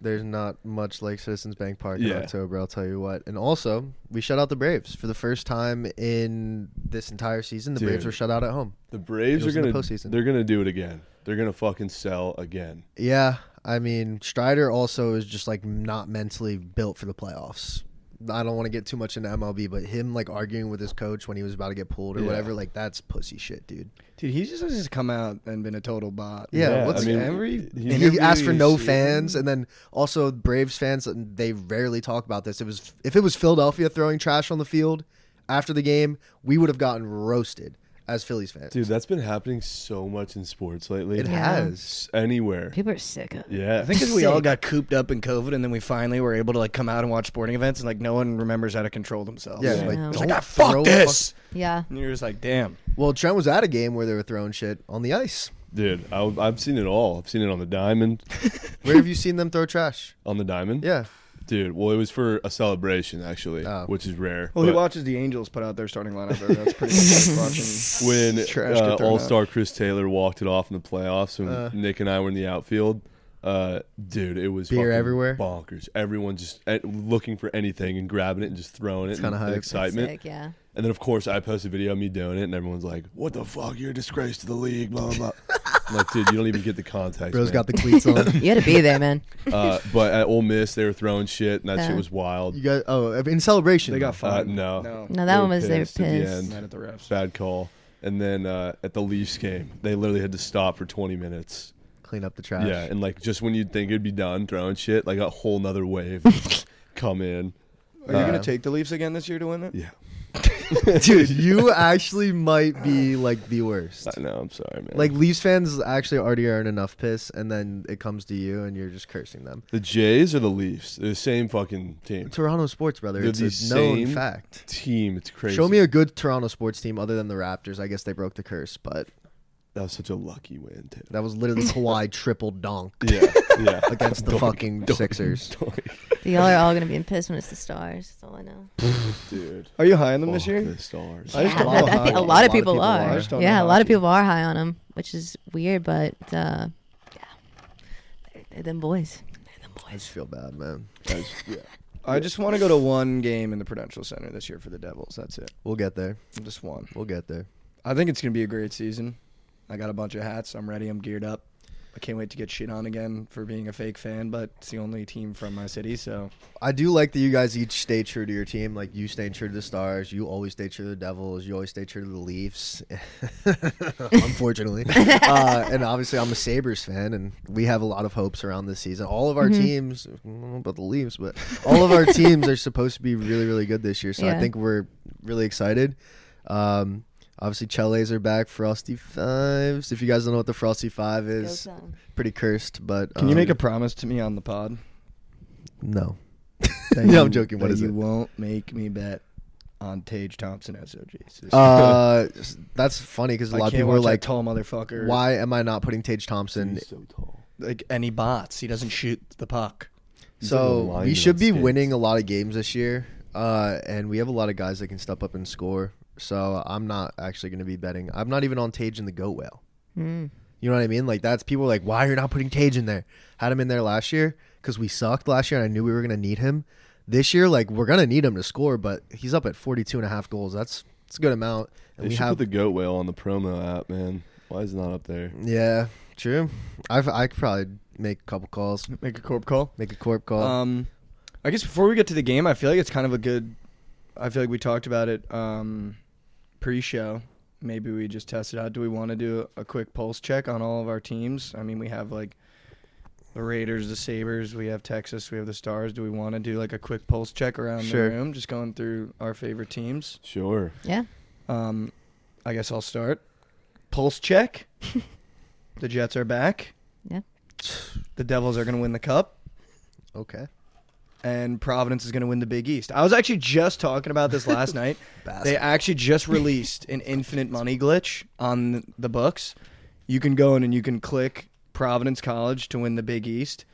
[SPEAKER 4] There's not much like Citizens Bank Park
[SPEAKER 2] Yeah.
[SPEAKER 4] in October, I'll tell you what. And also, we shut out the Braves for the first time in this entire season. The Braves
[SPEAKER 2] Dude.
[SPEAKER 4] were shut out at home.
[SPEAKER 2] The Braves
[SPEAKER 4] It
[SPEAKER 2] are
[SPEAKER 4] was in the
[SPEAKER 2] gonna
[SPEAKER 4] postseason.
[SPEAKER 2] they're gonna do it again. They're gonna fucking sell again.
[SPEAKER 4] Yeah, I mean Strider also is just like not mentally built for the playoffs. I don't want to get too much into MLB, but him like arguing with his coach when he was about to get pulled or
[SPEAKER 2] Yeah.
[SPEAKER 4] whatever, like that's pussy shit, dude.
[SPEAKER 1] dude, he just has just come out and been a total bot.
[SPEAKER 4] Yeah,
[SPEAKER 2] Yeah,
[SPEAKER 4] what's
[SPEAKER 2] I mean,
[SPEAKER 1] every
[SPEAKER 2] he-
[SPEAKER 1] interview
[SPEAKER 4] he asked for
[SPEAKER 1] you
[SPEAKER 4] no
[SPEAKER 1] see-
[SPEAKER 4] fans, and then also Braves fans. uh, They rarely talk about this. It was if it was Philadelphia throwing trash on the field after the game, we would have gotten roasted as Phillies fans.
[SPEAKER 2] Dude, that's been happening so much in sports lately.
[SPEAKER 4] it
[SPEAKER 3] Yeah.
[SPEAKER 4] has.
[SPEAKER 2] S- anywhere.
[SPEAKER 3] People are sick of
[SPEAKER 2] Yeah.
[SPEAKER 1] I think 'cause we all
[SPEAKER 3] Sick.
[SPEAKER 1] got cooped up in COVID, and then we finally were able to like come out and watch sporting events, and like no one remembers how to control themselves.
[SPEAKER 4] Yeah,
[SPEAKER 2] Yeah.
[SPEAKER 4] like,
[SPEAKER 3] Yeah.
[SPEAKER 1] it's
[SPEAKER 4] don't
[SPEAKER 1] like ah, fuck
[SPEAKER 4] throw
[SPEAKER 1] this.
[SPEAKER 3] Yeah.
[SPEAKER 1] And you're just like, damn.
[SPEAKER 4] Well, Trent was at a game where they were throwing shit on the ice.
[SPEAKER 2] Dude, I, I've seen it all. I've seen it on the diamond,
[SPEAKER 4] Where have you seen them throw trash?
[SPEAKER 2] on the diamond.
[SPEAKER 4] Yeah.
[SPEAKER 2] dude. Well, it was for a celebration actually,
[SPEAKER 4] Oh.
[SPEAKER 2] which is rare.
[SPEAKER 1] Well, he
[SPEAKER 2] But
[SPEAKER 1] watches the Angels put out their starting lineup. though. That's pretty much watching.
[SPEAKER 2] when
[SPEAKER 1] trash get
[SPEAKER 2] uh,
[SPEAKER 1] thrown
[SPEAKER 2] All Star Chris Taylor walked it off in the playoffs, and
[SPEAKER 4] Uh.
[SPEAKER 2] Nick and I were in the outfield, Uh, dude, it was
[SPEAKER 4] Beer
[SPEAKER 2] fucking
[SPEAKER 4] everywhere?
[SPEAKER 2] bonkers. Everyone just eh, looking for anything and grabbing it and just throwing it.
[SPEAKER 4] kinda
[SPEAKER 2] and- and
[SPEAKER 4] hype.
[SPEAKER 2] excitement.
[SPEAKER 3] Sick, yeah.
[SPEAKER 2] And then, of course, I post a video of me doing it, and everyone's like, "What the fuck? You're a disgrace to the league." Blah blah. blah. I'm like, dude, you don't even get the context.
[SPEAKER 4] Bro's
[SPEAKER 2] man."
[SPEAKER 4] got the cleats on.
[SPEAKER 3] You had to be there, man.
[SPEAKER 2] Uh, but at Ole Miss, they were throwing shit, and that
[SPEAKER 3] Yeah.
[SPEAKER 2] shit was wild.
[SPEAKER 4] You got oh in celebration.
[SPEAKER 1] They got
[SPEAKER 2] Uh,
[SPEAKER 1] five.
[SPEAKER 2] no,
[SPEAKER 1] no.
[SPEAKER 3] No, that
[SPEAKER 2] They
[SPEAKER 3] one
[SPEAKER 2] were
[SPEAKER 3] was they were
[SPEAKER 2] pissed at the
[SPEAKER 3] pissed.
[SPEAKER 2] end.
[SPEAKER 1] Mad at the refs.
[SPEAKER 2] bad call. And then uh, at the Leafs game, they literally had to stop for 20 minutes.
[SPEAKER 4] clean up the trash.
[SPEAKER 2] Yeah, and like just when you'd think it'd be done throwing shit, like a whole nother wave come in.
[SPEAKER 1] Are you
[SPEAKER 2] Uh,
[SPEAKER 1] gonna take the Leafs again this year to win it?
[SPEAKER 2] Yeah,
[SPEAKER 4] dude, you actually might be like the worst.
[SPEAKER 2] I know. I'm sorry, man.
[SPEAKER 4] Like Leafs fans actually already earn enough piss, and then it comes to you, and you're just cursing them.
[SPEAKER 2] the Jays or the Leafs, they're the same fucking team.
[SPEAKER 4] Toronto sports, brother.
[SPEAKER 2] They're
[SPEAKER 4] it's
[SPEAKER 2] the
[SPEAKER 4] a known
[SPEAKER 2] same
[SPEAKER 4] fact.
[SPEAKER 2] Team, it's crazy.
[SPEAKER 4] Show me a good Toronto sports team other than the Raptors. I guess they broke the curse, but
[SPEAKER 2] that was such a lucky win too.
[SPEAKER 4] that was literally Kawhi triple dunk
[SPEAKER 2] Yeah, yeah.
[SPEAKER 4] against the fucking Sixers.
[SPEAKER 3] Y'all are all gonna be in pissed when it's the stars. That's all I know.
[SPEAKER 2] dude.
[SPEAKER 1] Are you high on them this
[SPEAKER 2] Fuck
[SPEAKER 1] year?
[SPEAKER 2] The stars.
[SPEAKER 1] I just
[SPEAKER 3] Yeah,
[SPEAKER 1] don't
[SPEAKER 3] but
[SPEAKER 1] know
[SPEAKER 3] I think
[SPEAKER 1] hockey.
[SPEAKER 3] a lot of people
[SPEAKER 1] I
[SPEAKER 3] are.
[SPEAKER 1] just don't
[SPEAKER 3] Yeah,
[SPEAKER 1] know
[SPEAKER 3] a lot of
[SPEAKER 1] hockey.
[SPEAKER 3] people are high on them, which is weird, but uh, yeah, they're them boys. They're them
[SPEAKER 4] I
[SPEAKER 3] boys.
[SPEAKER 4] just feel bad, man.
[SPEAKER 2] I just- yeah.
[SPEAKER 1] I just want to go to one game in the Prudential Center this year for the Devils. That's it.
[SPEAKER 4] We'll get there.
[SPEAKER 1] Just one.
[SPEAKER 4] We'll get there.
[SPEAKER 1] I think it's gonna be a great season. I got a bunch of hats. I'm ready. I'm geared up. I can't wait to get shit on again for being a fake fan, but it's the only team from my city, so
[SPEAKER 4] I do like that you guys each stay true to your team. Like you stay true to the Stars, you always stay true to the Devils, you always stay true to the Leafs. Unfortunately, uh, and obviously I'm a Sabres fan, and we have a lot of hopes around this season. All of our teams, I don't know about the Leafs, but all of our teams are supposed to be really, really good this year. So I
[SPEAKER 3] Yeah.
[SPEAKER 4] think we're really excited. Um, obviously, Chelles are back. Frosty Fives. If you guys don't know what the Frosty Five is, pretty cursed. But
[SPEAKER 1] Can you
[SPEAKER 4] um,
[SPEAKER 1] make a promise to me on the pod?
[SPEAKER 4] no?
[SPEAKER 1] That
[SPEAKER 4] No, I'm
[SPEAKER 1] you-
[SPEAKER 4] joking. What
[SPEAKER 1] that
[SPEAKER 4] is
[SPEAKER 1] you
[SPEAKER 4] it?
[SPEAKER 1] won't make me bet on Tage Thompson SOGs.
[SPEAKER 4] Uh, that's funny because a
[SPEAKER 1] I
[SPEAKER 4] lot of
[SPEAKER 1] can't
[SPEAKER 4] people are
[SPEAKER 1] watch that
[SPEAKER 4] like,
[SPEAKER 1] tall motherfucker.
[SPEAKER 4] why am I not putting Tage Thompson?
[SPEAKER 2] He's so tall.
[SPEAKER 1] Like any bots, he doesn't shoot the puck.
[SPEAKER 2] He's like a
[SPEAKER 4] So
[SPEAKER 2] lineman
[SPEAKER 4] we
[SPEAKER 2] on
[SPEAKER 4] should be
[SPEAKER 2] skates.
[SPEAKER 4] winning a lot of games this year, uh, and we have a lot of guys that can step up and score. So I'm not actually going to be betting. I'm not even on Tage in the goat whale.
[SPEAKER 3] Mm.
[SPEAKER 4] You know what I mean? Like that's people are like, why are you not putting Tage in there? Had him in there last year because we sucked last year, and I knew we were going to need him. This year, like we're going to need him to score, but he's up at 42 and a half goals. That's it's a good amount, and
[SPEAKER 2] They
[SPEAKER 4] we
[SPEAKER 2] should
[SPEAKER 4] have
[SPEAKER 2] put the goat whale on the promo app, man. Why is it not up there?
[SPEAKER 4] yeah, true. I've I could probably make a couple calls.
[SPEAKER 1] Make a corp call.
[SPEAKER 4] Make a corp call.
[SPEAKER 1] Um, I guess before we get to the game, I feel like it's kind of a good. I feel like we talked about it um, pre-show. Maybe we just test it out. Do we want to do a quick pulse check on all of our teams? I mean, we have like the Raiders, the Sabers, we have Texas, we have the Stars. Do we want to do like a quick pulse check around
[SPEAKER 4] Sure.
[SPEAKER 1] the room, just going through our favorite teams?
[SPEAKER 2] Sure.
[SPEAKER 3] Yeah.
[SPEAKER 1] Um, I guess I'll start. Pulse check. the Jets are back.
[SPEAKER 3] Yeah.
[SPEAKER 1] The Devils are going to win the cup
[SPEAKER 4] okay.
[SPEAKER 1] and Providence is going to win the Big East. I was actually just talking about this last night. They actually just released an infinite money glitch on the books. You can go in and you can click Providence College to win the Big East,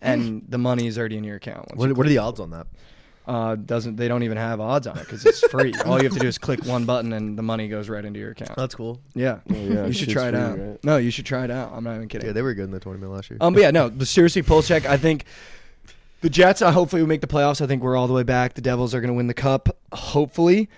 [SPEAKER 1] and the money is already in your account. once
[SPEAKER 4] Hmm. What,
[SPEAKER 1] you
[SPEAKER 4] what are the odds on that?
[SPEAKER 1] uh, doesn't they don't even have odds on it because it's free. All you have to do is click one button and the money goes right into your account.
[SPEAKER 4] That's cool.
[SPEAKER 1] yeah.
[SPEAKER 2] Oh, yeah,
[SPEAKER 1] you should
[SPEAKER 2] shit's
[SPEAKER 1] try it
[SPEAKER 2] free,
[SPEAKER 1] out.
[SPEAKER 2] right?
[SPEAKER 1] No, you should try it out. I'm not even kidding.
[SPEAKER 4] Yeah, they were good in the tournament last year.
[SPEAKER 1] Um, but yeah, no, the seriously pulse check. I think the Jets. Uh, hopefully, we make the playoffs. I think we're all the way back. The Devils are going to win the cup, hopefully.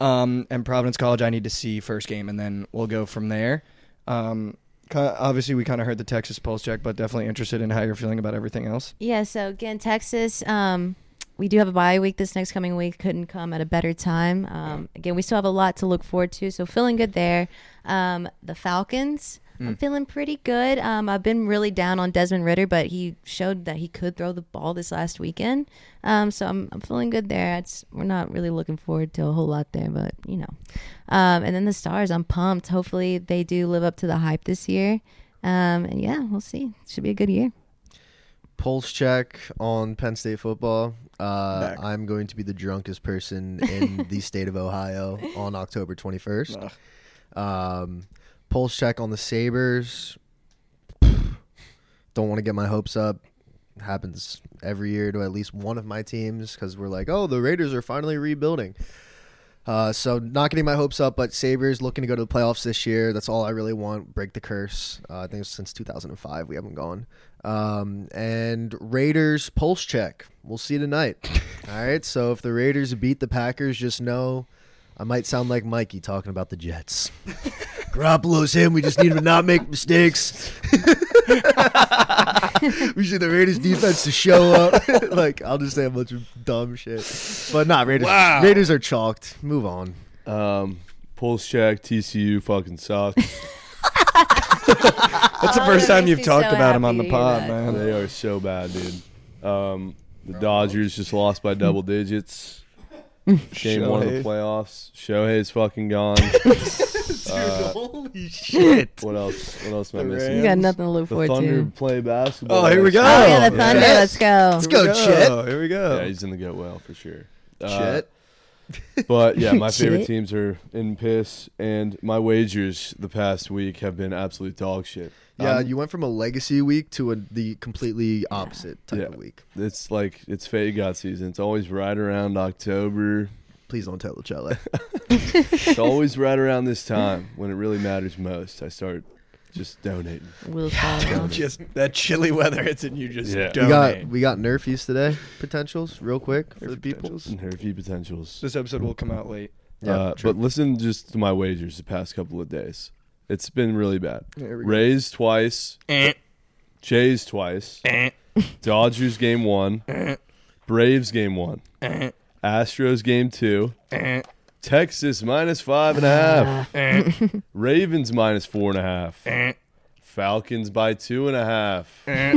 [SPEAKER 1] Um, and Providence College, I need to see first game, and then we'll go from there. Um, ki- obviously, we kind of heard the Texas pulse check, but definitely interested in how you're feeling about everything else.
[SPEAKER 3] Yeah, so again, Texas, um, we do have a bye week this next coming week. Couldn't come at a better time. Um, again, we still have a lot to look forward to, so feeling good there. Um, the Falcons, I'm feeling pretty good. Um, I've been really down on Desmond Ritter, but he showed that he could throw the ball this last weekend. Um, so I'm, I'm feeling good there. It's, we're not really looking forward to a whole lot there, but you know. Um, and then the Stars, I'm pumped. Hopefully they do live up to the hype this year. Um, and yeah, we'll see. Should be a good year.
[SPEAKER 4] Pulse check on Penn State football. Uh,
[SPEAKER 1] Back.
[SPEAKER 4] I'm going to be the drunkest person in the state of Ohio on October 21st. Um, pulse check on the Sabers. Don't want to get my hopes up. Happens every year to at least one of my teams because we're like, oh, the Raiders are finally rebuilding. Uh, so not getting my hopes up, but Sabres looking to go to the playoffs this year. That's all I really want. Break the curse. Uh, I think it's since 2005 we haven't gone. Um, and Raiders pulse check. We'll see tonight. all right. So if the Raiders beat the Packers, just know I might sound like Mikey talking about the Jets. Garoppolo's him. We just need him to not make mistakes. we should the Raiders defense to show up. like I'll just say a bunch of dumb shit, but not Raiders.
[SPEAKER 1] Wow.
[SPEAKER 4] Raiders are chalked. Move on.
[SPEAKER 2] Um, Pulse check. TCU fucking sucks.
[SPEAKER 1] That's the
[SPEAKER 3] Oh,
[SPEAKER 1] first
[SPEAKER 3] that
[SPEAKER 1] time
[SPEAKER 3] makes
[SPEAKER 1] you've
[SPEAKER 3] me
[SPEAKER 1] talked
[SPEAKER 3] so
[SPEAKER 1] about him on
[SPEAKER 3] happy
[SPEAKER 1] the
[SPEAKER 3] to hear
[SPEAKER 1] pod,
[SPEAKER 3] that.
[SPEAKER 1] man.
[SPEAKER 2] they are so bad, dude. Um, the Dodgers just lost by double digits. Game one of the
[SPEAKER 1] Shohei.
[SPEAKER 2] playoffs. Shohei's fucking gone.
[SPEAKER 4] Holy shit!
[SPEAKER 2] what else? What else am I
[SPEAKER 1] The
[SPEAKER 2] missing?
[SPEAKER 3] You got nothing to look
[SPEAKER 2] The
[SPEAKER 3] forward
[SPEAKER 2] Thunder
[SPEAKER 3] to.
[SPEAKER 2] play basketball.
[SPEAKER 1] Oh, here we
[SPEAKER 2] next
[SPEAKER 1] go.
[SPEAKER 2] week.
[SPEAKER 3] Oh, yeah, the
[SPEAKER 2] Yeah.
[SPEAKER 3] Thunder.
[SPEAKER 4] Yes.
[SPEAKER 3] Let's go.
[SPEAKER 4] Let's go, Chet.
[SPEAKER 1] Here we go.
[SPEAKER 2] Yeah, he's in the get well for sure. Uh,
[SPEAKER 4] Chet.
[SPEAKER 2] but yeah, my favorite
[SPEAKER 3] Shit.
[SPEAKER 2] teams are in piss, and my wagers the past week have been absolute dog shit.
[SPEAKER 4] Yeah,
[SPEAKER 2] Um,
[SPEAKER 4] you went from a legacy week to a, the completely opposite type
[SPEAKER 2] Yeah.
[SPEAKER 4] of week.
[SPEAKER 2] it's like it's fake god season. It's always right around October.
[SPEAKER 4] Please don't tell the cello.
[SPEAKER 2] It's always right around this time when it really matters most. I start just donating.
[SPEAKER 3] We'll follow.
[SPEAKER 1] Just that chilly weather hits and you just
[SPEAKER 2] Yeah.
[SPEAKER 1] yeah.
[SPEAKER 2] We
[SPEAKER 4] we got we got nerfies today. Potentials, real quick for the people.
[SPEAKER 2] And her few potentials.
[SPEAKER 1] This episode will come out late.
[SPEAKER 2] uh, but listen just to my wagers the past couple of days. It's been really bad.
[SPEAKER 4] There we go.
[SPEAKER 2] Rays twice, Jays twice, Dodgers game one, Braves game one, Astros game two, Texas minus five and a half, Ravens minus four and a half, Falcons by two and a half. They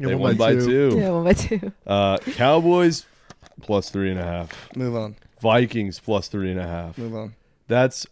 [SPEAKER 4] One
[SPEAKER 2] won by
[SPEAKER 3] Yeah,
[SPEAKER 2] two.
[SPEAKER 3] one by two.
[SPEAKER 2] Uh, Cowboys plus three and a half,
[SPEAKER 1] Move on.
[SPEAKER 2] Vikings plus three and a half.
[SPEAKER 1] Move on.
[SPEAKER 2] That's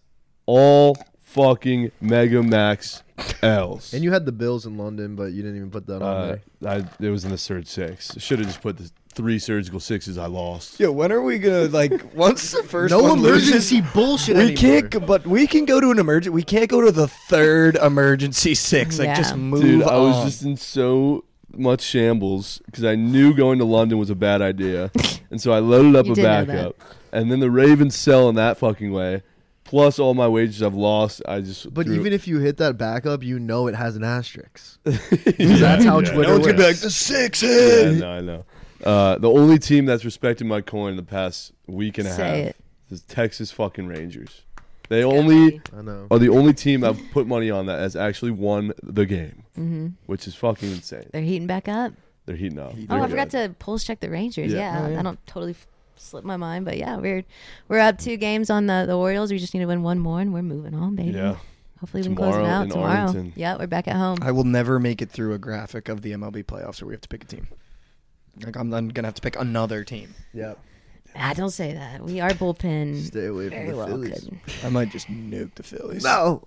[SPEAKER 2] all fucking Mega Max L's.
[SPEAKER 4] And you had the Bills in London, but you didn't even put that on
[SPEAKER 2] Uh,
[SPEAKER 4] there.
[SPEAKER 2] I, it was in the surge six. Should have just put the three surgical sixes I lost.
[SPEAKER 1] Yo, when are we gonna like? Once the first
[SPEAKER 4] No
[SPEAKER 1] one loses-
[SPEAKER 4] emergency bullshit.
[SPEAKER 1] we
[SPEAKER 4] anymore.
[SPEAKER 1] can't. go- But we can go to an emergency. We can't go to the third emergency six. Like,
[SPEAKER 3] Yeah.
[SPEAKER 1] just move
[SPEAKER 2] Dude,
[SPEAKER 1] on.
[SPEAKER 2] I was just in so much shambles because I knew going to London was a bad idea, and so I loaded up
[SPEAKER 3] You
[SPEAKER 2] a
[SPEAKER 3] did know that.
[SPEAKER 2] backup. And then the Ravens sell in that fucking way, plus all my wages I've lost. I just
[SPEAKER 4] But
[SPEAKER 2] threw-
[SPEAKER 4] even if you hit that backup, you know it has an asterisk.
[SPEAKER 2] Yeah,
[SPEAKER 4] that's how
[SPEAKER 2] yeah.
[SPEAKER 4] Twitter
[SPEAKER 1] no one's gonna be like
[SPEAKER 4] works.
[SPEAKER 1] the six.
[SPEAKER 2] Yeah,
[SPEAKER 1] eh."
[SPEAKER 2] no, I know. Uh, the only team that's respected my coin the past week and a
[SPEAKER 3] Say
[SPEAKER 2] half
[SPEAKER 3] it.
[SPEAKER 2] is Texas fucking Rangers. They only
[SPEAKER 4] I know.
[SPEAKER 1] "Oh,
[SPEAKER 2] are the only team I've put money on that has actually won the game,
[SPEAKER 3] Mm-hmm.
[SPEAKER 2] which is fucking insane.
[SPEAKER 3] They're heating back up.
[SPEAKER 2] They're heating up. They're
[SPEAKER 3] Oh, I
[SPEAKER 2] good.
[SPEAKER 3] forgot to pulse check the Rangers.
[SPEAKER 2] Yeah.
[SPEAKER 3] Yeah,
[SPEAKER 1] Oh, yeah.
[SPEAKER 3] I don't totally f- slip my mind, but yeah, we're we're up two games on the the Orioles. We just need to win one more, and we're moving on, baby.
[SPEAKER 2] Yeah,
[SPEAKER 3] Hopefully, we can close it
[SPEAKER 2] Tomorrow
[SPEAKER 3] out
[SPEAKER 2] in
[SPEAKER 3] tomorrow.
[SPEAKER 2] Arlington.
[SPEAKER 3] Yeah, we're back at home.
[SPEAKER 1] I will never make it through a graphic of the MLB playoffs where we have to pick a team. Like I'm, I'm gonna have to pick another team.
[SPEAKER 4] Yeah.
[SPEAKER 3] ah, don't say that. We are bullpen
[SPEAKER 4] Stay away from
[SPEAKER 3] very
[SPEAKER 4] the
[SPEAKER 3] well.
[SPEAKER 4] Phillies.
[SPEAKER 3] Good.
[SPEAKER 1] I might just nuke the Phillies.
[SPEAKER 4] No,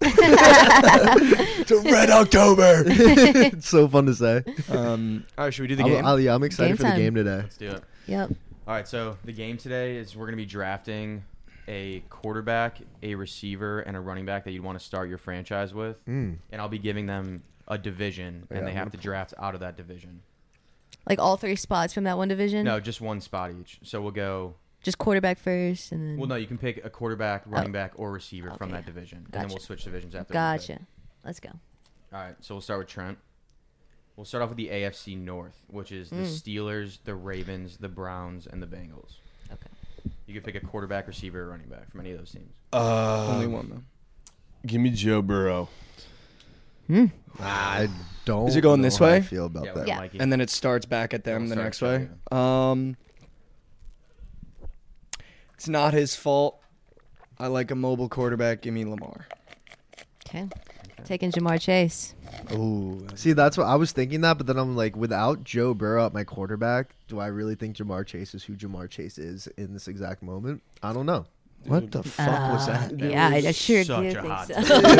[SPEAKER 1] it's a red October.
[SPEAKER 4] it's so fun to say.
[SPEAKER 1] um, all right, should we do the
[SPEAKER 4] I'm,
[SPEAKER 1] game?
[SPEAKER 4] Ali, I'm excited
[SPEAKER 3] Game
[SPEAKER 4] for the
[SPEAKER 3] time.
[SPEAKER 4] game today.
[SPEAKER 6] Let's do it.
[SPEAKER 3] Yep.
[SPEAKER 6] All right, so the game today is we're going to be drafting a quarterback, a receiver, and a running back that you'd want to start your franchise with. Mm. And I'll be giving them a division, and
[SPEAKER 4] Yeah,
[SPEAKER 6] they
[SPEAKER 4] I'm
[SPEAKER 6] have to draft out of that division.
[SPEAKER 3] Like all three spots from that one division.
[SPEAKER 6] No, just one spot each. So we'll go.
[SPEAKER 3] Just quarterback first, and then
[SPEAKER 6] Well, no, you can pick a quarterback, running back, or receiver from
[SPEAKER 3] Oh. Okay.
[SPEAKER 6] that division, and
[SPEAKER 3] Gotcha.
[SPEAKER 6] then we'll switch divisions after. we pick.
[SPEAKER 3] gotcha. Let's go.
[SPEAKER 6] All right, so we'll start with Trent. We'll start off with the AFC North, which is
[SPEAKER 3] Hmm.
[SPEAKER 6] the Steelers, the Ravens, the Browns, and the Bengals.
[SPEAKER 3] Okay.
[SPEAKER 6] You can pick a quarterback, receiver, or running back from any of those teams.
[SPEAKER 1] Only
[SPEAKER 2] Um,
[SPEAKER 1] one though.
[SPEAKER 2] Uh, give me Joe Burrow.
[SPEAKER 4] I don't.
[SPEAKER 1] Is it going
[SPEAKER 4] know
[SPEAKER 1] this
[SPEAKER 4] how I
[SPEAKER 1] way?
[SPEAKER 4] feel about that.
[SPEAKER 6] with
[SPEAKER 3] Yeah.
[SPEAKER 6] Mikey.
[SPEAKER 1] And then it starts back at them the
[SPEAKER 6] It'll start
[SPEAKER 1] next way.
[SPEAKER 6] back,
[SPEAKER 1] Um, it's not his fault. I like a mobile quarterback. Give me Lamar.
[SPEAKER 3] Okay. Taking Jamar Chase.
[SPEAKER 1] Ooh,
[SPEAKER 4] See, that's what I was thinking that, but then I'm like, without Joe Burrow at my quarterback, do I really think Jamar Chase is who Jamar Chase is in this exact moment? I don't know.
[SPEAKER 1] what
[SPEAKER 4] Uh,
[SPEAKER 1] the fuck was that?
[SPEAKER 3] Uh, yeah, I, I sure
[SPEAKER 6] such
[SPEAKER 3] do
[SPEAKER 6] a
[SPEAKER 3] think
[SPEAKER 6] hot
[SPEAKER 3] so.
[SPEAKER 6] take.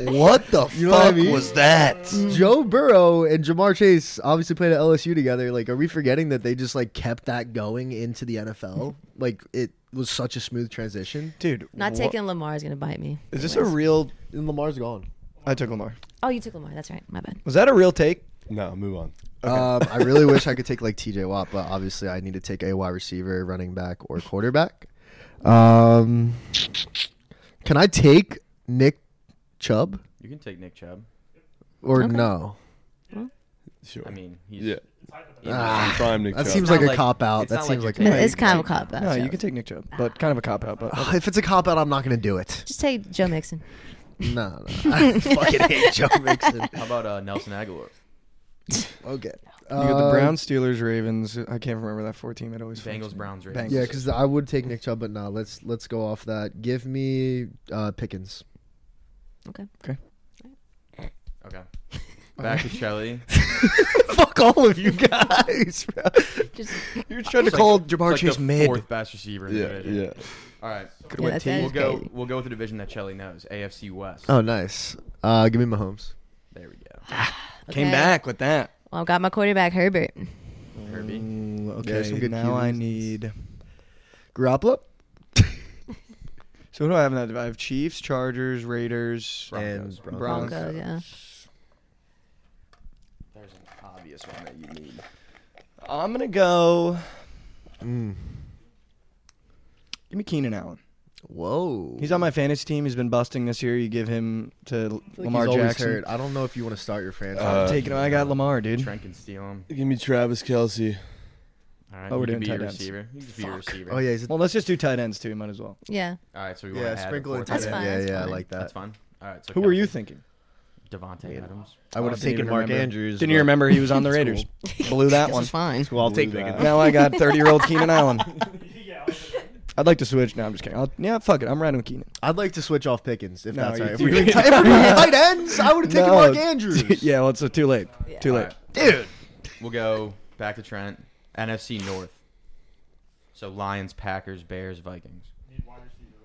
[SPEAKER 1] What the fuck
[SPEAKER 4] know what I mean? Mm.
[SPEAKER 1] was that?
[SPEAKER 4] Joe Burrow and Jamar Chase obviously played at LSU together. Like, are we forgetting that they just like kept that going into the NFL? like, it was such a smooth transition.
[SPEAKER 1] Dude,
[SPEAKER 3] Not
[SPEAKER 1] wha-
[SPEAKER 3] taking Lamar is gonna bite me.
[SPEAKER 1] Is this a real?
[SPEAKER 4] And Lamar's gone.
[SPEAKER 1] I took Lamar.
[SPEAKER 3] Oh, you took Lamar. That's right. My bad.
[SPEAKER 1] Was that a real take?
[SPEAKER 2] No, move on.
[SPEAKER 4] Um, I really wish I could take like TJ Watt, but obviously I need to take a wide receiver, running back, or quarterback. Um, can I take Nick Chubb
[SPEAKER 6] You can take Nick Chubb.
[SPEAKER 4] or
[SPEAKER 3] Okay.
[SPEAKER 4] no?
[SPEAKER 2] Sure.
[SPEAKER 6] I mean, he's
[SPEAKER 2] yeah.
[SPEAKER 6] he's-
[SPEAKER 4] Ah,
[SPEAKER 2] Prime Nick
[SPEAKER 4] that
[SPEAKER 2] Chubb.
[SPEAKER 4] seems
[SPEAKER 6] It's not
[SPEAKER 4] like a
[SPEAKER 6] like-
[SPEAKER 4] cop-out.
[SPEAKER 6] it's
[SPEAKER 4] That
[SPEAKER 6] not
[SPEAKER 4] seems like
[SPEAKER 6] like you're
[SPEAKER 4] a-
[SPEAKER 6] taking-
[SPEAKER 3] it's kind of a cop out.
[SPEAKER 1] No, you
[SPEAKER 3] so.
[SPEAKER 1] can take Nick
[SPEAKER 4] Ah.
[SPEAKER 1] Chubb, but kind of a cop out. But
[SPEAKER 6] Ah.
[SPEAKER 4] Ugh, if it's a cop out, I'm not gonna do it.
[SPEAKER 3] just take Joe Mixon.
[SPEAKER 4] No, no. I fucking hate Joe Mixon.
[SPEAKER 6] How about uh, Nelson Aguilar?
[SPEAKER 4] Okay.
[SPEAKER 1] you got the
[SPEAKER 4] Uh,
[SPEAKER 1] Browns, Steelers, Ravens. I can't remember that four team. It always fucks
[SPEAKER 6] Bengals,
[SPEAKER 1] me.
[SPEAKER 6] Browns,
[SPEAKER 1] Bengals.
[SPEAKER 6] Ravens.
[SPEAKER 4] Yeah, because I would take Nick Chubb, but no, let's let's go off that. Give me uh, Pickens.
[SPEAKER 6] Okay. Back to Shelly.
[SPEAKER 4] Fuck all of you guys. bro.
[SPEAKER 3] Just
[SPEAKER 1] You're trying to
[SPEAKER 6] It's like-
[SPEAKER 1] call Jamar
[SPEAKER 6] It's
[SPEAKER 1] Chase
[SPEAKER 6] like the
[SPEAKER 1] mid.
[SPEAKER 6] fourth best receiver in the
[SPEAKER 2] Yeah,
[SPEAKER 6] division.
[SPEAKER 2] yeah.
[SPEAKER 6] All right.
[SPEAKER 1] Could've
[SPEAKER 3] Yeah,
[SPEAKER 1] went
[SPEAKER 3] that's it.
[SPEAKER 1] T.
[SPEAKER 6] We'll
[SPEAKER 3] That's
[SPEAKER 6] go.
[SPEAKER 3] crazy.
[SPEAKER 6] We'll go with the division that Shelly knows. AFC West.
[SPEAKER 4] Oh, nice. Uh, give me Mahomes.
[SPEAKER 6] There we go.
[SPEAKER 1] Came
[SPEAKER 3] Okay.
[SPEAKER 1] back with that.
[SPEAKER 3] Well, I've got my quarterback Herbert.
[SPEAKER 6] Herbie.
[SPEAKER 1] Ooh,
[SPEAKER 4] There's
[SPEAKER 1] okay,
[SPEAKER 4] some good
[SPEAKER 1] now I
[SPEAKER 4] QBs.
[SPEAKER 1] need.
[SPEAKER 4] Garoppolo.
[SPEAKER 1] So what do I have? Now? I have Chiefs, Chargers, Raiders.
[SPEAKER 6] Broncos.
[SPEAKER 4] And Broncos.
[SPEAKER 1] Broncos.
[SPEAKER 3] Broncos, yeah.
[SPEAKER 6] There's an obvious one that you need.
[SPEAKER 1] I'm gonna go.
[SPEAKER 4] Mm.
[SPEAKER 1] Give me Keenan Allen.
[SPEAKER 4] Whoa.
[SPEAKER 1] He's on my fantasy team. He's been busting this year. You give him to
[SPEAKER 4] I feel like
[SPEAKER 1] Lamar
[SPEAKER 4] he's always
[SPEAKER 1] Jackson.
[SPEAKER 4] hurt.
[SPEAKER 6] Uh,
[SPEAKER 4] I don't know if you want to start your franchise.
[SPEAKER 1] I'm
[SPEAKER 2] Uh,
[SPEAKER 1] taking. I got Lamar, dude.
[SPEAKER 6] Trent can steal him.
[SPEAKER 2] Give me Travis Kelsey.
[SPEAKER 6] All right.
[SPEAKER 1] Oh,
[SPEAKER 6] you
[SPEAKER 1] we're
[SPEAKER 6] can
[SPEAKER 1] doing
[SPEAKER 6] be
[SPEAKER 1] tight
[SPEAKER 6] a
[SPEAKER 1] ends.
[SPEAKER 6] receiver. You can be a receiver.
[SPEAKER 4] oh yeah, he's a,
[SPEAKER 1] Well, let's just do tight ends too. Might as well.
[SPEAKER 3] Yeah.
[SPEAKER 6] All right. So we
[SPEAKER 4] yeah.
[SPEAKER 6] want to
[SPEAKER 4] Sprinkle
[SPEAKER 6] add
[SPEAKER 4] it.
[SPEAKER 6] a
[SPEAKER 3] tight
[SPEAKER 4] Yeah,
[SPEAKER 6] fourth
[SPEAKER 3] end.
[SPEAKER 6] one.
[SPEAKER 3] fine,
[SPEAKER 4] yeah,
[SPEAKER 3] that's
[SPEAKER 4] yeah. I
[SPEAKER 3] fine.
[SPEAKER 4] like that.
[SPEAKER 6] That's fine. All right. So
[SPEAKER 1] Who were you
[SPEAKER 6] Kelsey,
[SPEAKER 1] thinking?
[SPEAKER 6] Devontae Adams.
[SPEAKER 4] I would
[SPEAKER 1] Oh, didn't even
[SPEAKER 4] have taken Mark
[SPEAKER 1] remember.
[SPEAKER 4] Andrews.
[SPEAKER 1] Didn't you
[SPEAKER 4] but-
[SPEAKER 1] remember he was on the Raiders? Blew that
[SPEAKER 3] This
[SPEAKER 1] one.
[SPEAKER 3] is fine.
[SPEAKER 7] Well, I'll take
[SPEAKER 2] Blew that.
[SPEAKER 7] Pickens.
[SPEAKER 1] Now I got 30 year old Keenan Allen.
[SPEAKER 5] yeah, I was like,
[SPEAKER 1] I'd like to switch. No, I'm just kidding. I'll, yeah, fuck it. I'm riding with Keenan.
[SPEAKER 4] I'd like to switch off Pickens if
[SPEAKER 1] No,
[SPEAKER 4] that's
[SPEAKER 1] you-
[SPEAKER 4] all right. If
[SPEAKER 1] you-
[SPEAKER 4] we're doing tight, if we're doing tight ends, I would have taken
[SPEAKER 1] No.
[SPEAKER 4] Mark Andrews.
[SPEAKER 1] yeah, well, it's uh, too late. Too
[SPEAKER 6] All
[SPEAKER 1] late.
[SPEAKER 6] right. We'll go back to Trent. NFC North. So Lions, Packers, Bears, Vikings.
[SPEAKER 5] need wide receiver,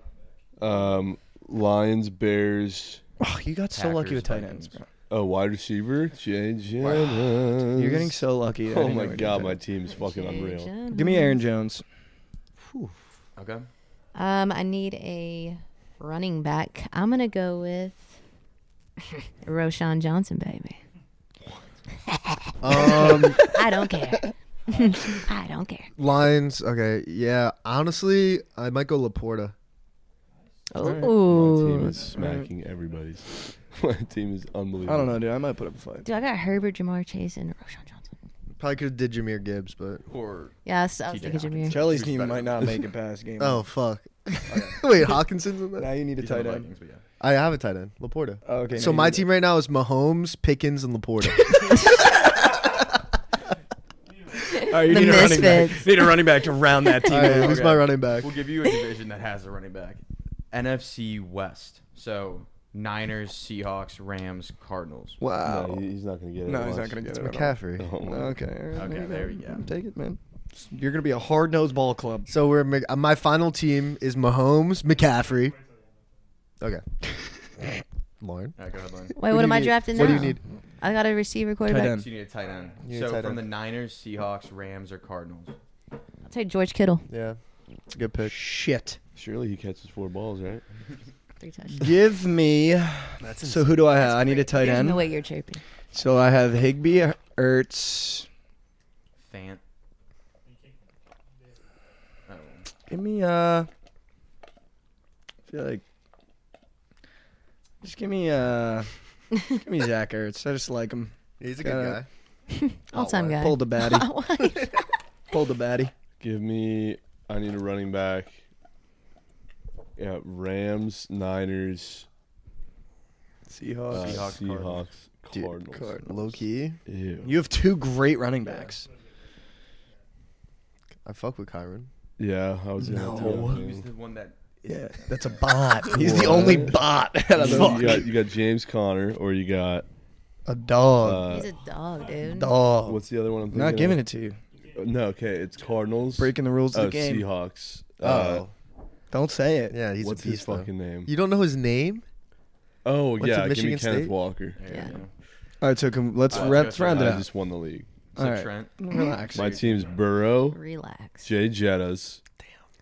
[SPEAKER 5] run back.
[SPEAKER 2] Um, Lions, Bears.
[SPEAKER 1] Oh, you got so lucky
[SPEAKER 6] Packers,
[SPEAKER 1] with tight
[SPEAKER 6] Vikings.
[SPEAKER 1] ends, bro.
[SPEAKER 2] Oh, wide receiver. Jay Jones.
[SPEAKER 1] You're getting so lucky. I
[SPEAKER 2] Oh
[SPEAKER 1] didn't know
[SPEAKER 2] my
[SPEAKER 1] we did
[SPEAKER 2] god,
[SPEAKER 1] that.
[SPEAKER 2] my team is fucking
[SPEAKER 3] Jay
[SPEAKER 2] unreal.
[SPEAKER 3] Jones.
[SPEAKER 1] Give me Aaron Jones.
[SPEAKER 6] Okay.
[SPEAKER 3] Um, I need a running back. I'm gonna go with Roshan Johnson, baby.
[SPEAKER 4] Um,
[SPEAKER 3] I don't care. I don't care.
[SPEAKER 4] Lions. Okay. Yeah. Honestly, I might go Laporta.
[SPEAKER 2] My team
[SPEAKER 3] Ooh.
[SPEAKER 2] is smacking everybody's. My team is unbelievable.
[SPEAKER 1] I don't know, dude. I might put up a fight.
[SPEAKER 3] Dude, I got Herbert, Jamar Chase, and Roshan Johnson.
[SPEAKER 4] Probably could have did Jameer Gibbs, but
[SPEAKER 6] Or
[SPEAKER 3] Yeah, so I was
[SPEAKER 6] TJ
[SPEAKER 3] thinking Jameer.
[SPEAKER 1] Charlie's
[SPEAKER 6] Who's
[SPEAKER 1] team
[SPEAKER 6] better?
[SPEAKER 1] might not make it past game.
[SPEAKER 4] oh fuck. Wait, Hawkinson's in
[SPEAKER 1] now
[SPEAKER 4] that.
[SPEAKER 1] you need a
[SPEAKER 6] he's on the
[SPEAKER 1] tight end.
[SPEAKER 6] Vikings, but yeah.
[SPEAKER 4] I have a tight end, Laporta.
[SPEAKER 1] Oh, okay.
[SPEAKER 4] So
[SPEAKER 1] now
[SPEAKER 4] my
[SPEAKER 1] you need
[SPEAKER 4] team right now is Mahomes, Pickens, and Laporta.
[SPEAKER 1] it. All right, you
[SPEAKER 3] The
[SPEAKER 1] need a running back.
[SPEAKER 3] Misfits.
[SPEAKER 1] need a running back to round that
[SPEAKER 4] All right,
[SPEAKER 1] out.
[SPEAKER 4] who's my running back?
[SPEAKER 6] We'll give you a division that has a running back. NFC West. So Niners, Seahawks, Rams, Cardinals.
[SPEAKER 1] Wow.
[SPEAKER 2] No, he- he's not gonna get it.
[SPEAKER 1] No, he's
[SPEAKER 2] Watch.
[SPEAKER 1] not gonna get it. at all.
[SPEAKER 4] McCaffrey.
[SPEAKER 2] Oh my
[SPEAKER 1] Okay. all right,
[SPEAKER 6] Okay, there we go.
[SPEAKER 1] Take it, man. You're gonna be a hard nosed ball club.
[SPEAKER 4] So we're Mc- uh, my final team is Mahomes, McCaffrey. Okay. Lauren.
[SPEAKER 6] All right, go ahead, Lynn.
[SPEAKER 3] Wait,
[SPEAKER 4] Who
[SPEAKER 3] what
[SPEAKER 4] do
[SPEAKER 3] am
[SPEAKER 4] you
[SPEAKER 3] I
[SPEAKER 4] need?
[SPEAKER 3] drafting now?
[SPEAKER 4] What do you need?
[SPEAKER 3] I got a receiver quarterback.
[SPEAKER 1] end.
[SPEAKER 6] So you need a tight end.
[SPEAKER 4] You need a
[SPEAKER 6] so
[SPEAKER 4] tight
[SPEAKER 6] from
[SPEAKER 4] end.
[SPEAKER 6] the Niners, Seahawks, Rams, or Cardinals.
[SPEAKER 3] I'll take George Kittle.
[SPEAKER 4] Yeah. It's a good pick.
[SPEAKER 1] Shit.
[SPEAKER 2] Surely he catches four balls, right?
[SPEAKER 3] Three touchdowns.
[SPEAKER 1] Give me. so who do I have? I need a tight
[SPEAKER 3] There's
[SPEAKER 1] end.
[SPEAKER 3] no way you're chirping.
[SPEAKER 1] So I have Higby, Ertz.
[SPEAKER 6] Fant. Oh,
[SPEAKER 1] Give me uh. I feel like. Just give me uh. give me Zach Ertz. I just like him.
[SPEAKER 4] He's a
[SPEAKER 1] Got
[SPEAKER 4] good
[SPEAKER 1] it.
[SPEAKER 4] guy.
[SPEAKER 3] All time guy.
[SPEAKER 1] Pulled a baddie. Pulled a baddie.
[SPEAKER 2] Give me. I need a running back. Yeah, Rams, Niners, uh,
[SPEAKER 1] Seahawks.
[SPEAKER 6] Seahawks,
[SPEAKER 2] Seahawks,
[SPEAKER 6] Cardinals.
[SPEAKER 4] Dude,
[SPEAKER 2] Cardinals.
[SPEAKER 4] Low key.
[SPEAKER 2] Ew.
[SPEAKER 1] You have two great running backs.
[SPEAKER 4] I fuck with Kyron.
[SPEAKER 2] yeah, I was gonna
[SPEAKER 1] No.
[SPEAKER 2] do
[SPEAKER 6] who's
[SPEAKER 2] that.
[SPEAKER 6] the one that?
[SPEAKER 1] Yeah, that's a bot. He's
[SPEAKER 2] What?
[SPEAKER 1] the only bot. out of the
[SPEAKER 2] You
[SPEAKER 1] fuck.
[SPEAKER 2] got, you got James Conner, or you got
[SPEAKER 1] A dog.
[SPEAKER 2] uh,
[SPEAKER 3] He's a dog, dude.
[SPEAKER 1] dog.
[SPEAKER 2] what's the other one? I'm thinking
[SPEAKER 1] not giving
[SPEAKER 2] of?
[SPEAKER 1] it to you.
[SPEAKER 2] No, okay, it's Cardinals.
[SPEAKER 1] Breaking the rules of
[SPEAKER 2] oh,
[SPEAKER 1] the game.
[SPEAKER 2] Seahawks.
[SPEAKER 4] Oh.
[SPEAKER 2] Uh,
[SPEAKER 1] Don't say it.
[SPEAKER 4] yeah, he's
[SPEAKER 2] what's
[SPEAKER 4] a
[SPEAKER 2] his
[SPEAKER 4] beast,
[SPEAKER 2] fucking name?
[SPEAKER 4] Though. You don't know his name?
[SPEAKER 2] oh
[SPEAKER 4] What's
[SPEAKER 2] yeah,
[SPEAKER 4] it,
[SPEAKER 2] give me
[SPEAKER 4] Michigan
[SPEAKER 2] Kenneth
[SPEAKER 4] State?
[SPEAKER 2] Walker.
[SPEAKER 6] There
[SPEAKER 3] Yeah.
[SPEAKER 6] you go.
[SPEAKER 1] All right, so can, let's,
[SPEAKER 6] Uh,
[SPEAKER 1] ra-
[SPEAKER 6] let's
[SPEAKER 1] let's
[SPEAKER 6] go
[SPEAKER 1] round it
[SPEAKER 2] Oh, I
[SPEAKER 1] out.
[SPEAKER 2] just won the league.
[SPEAKER 6] So
[SPEAKER 1] All right.
[SPEAKER 6] Trent.
[SPEAKER 1] Relax.
[SPEAKER 2] My team's Burrow,
[SPEAKER 3] Relax.
[SPEAKER 2] Jay Jettas,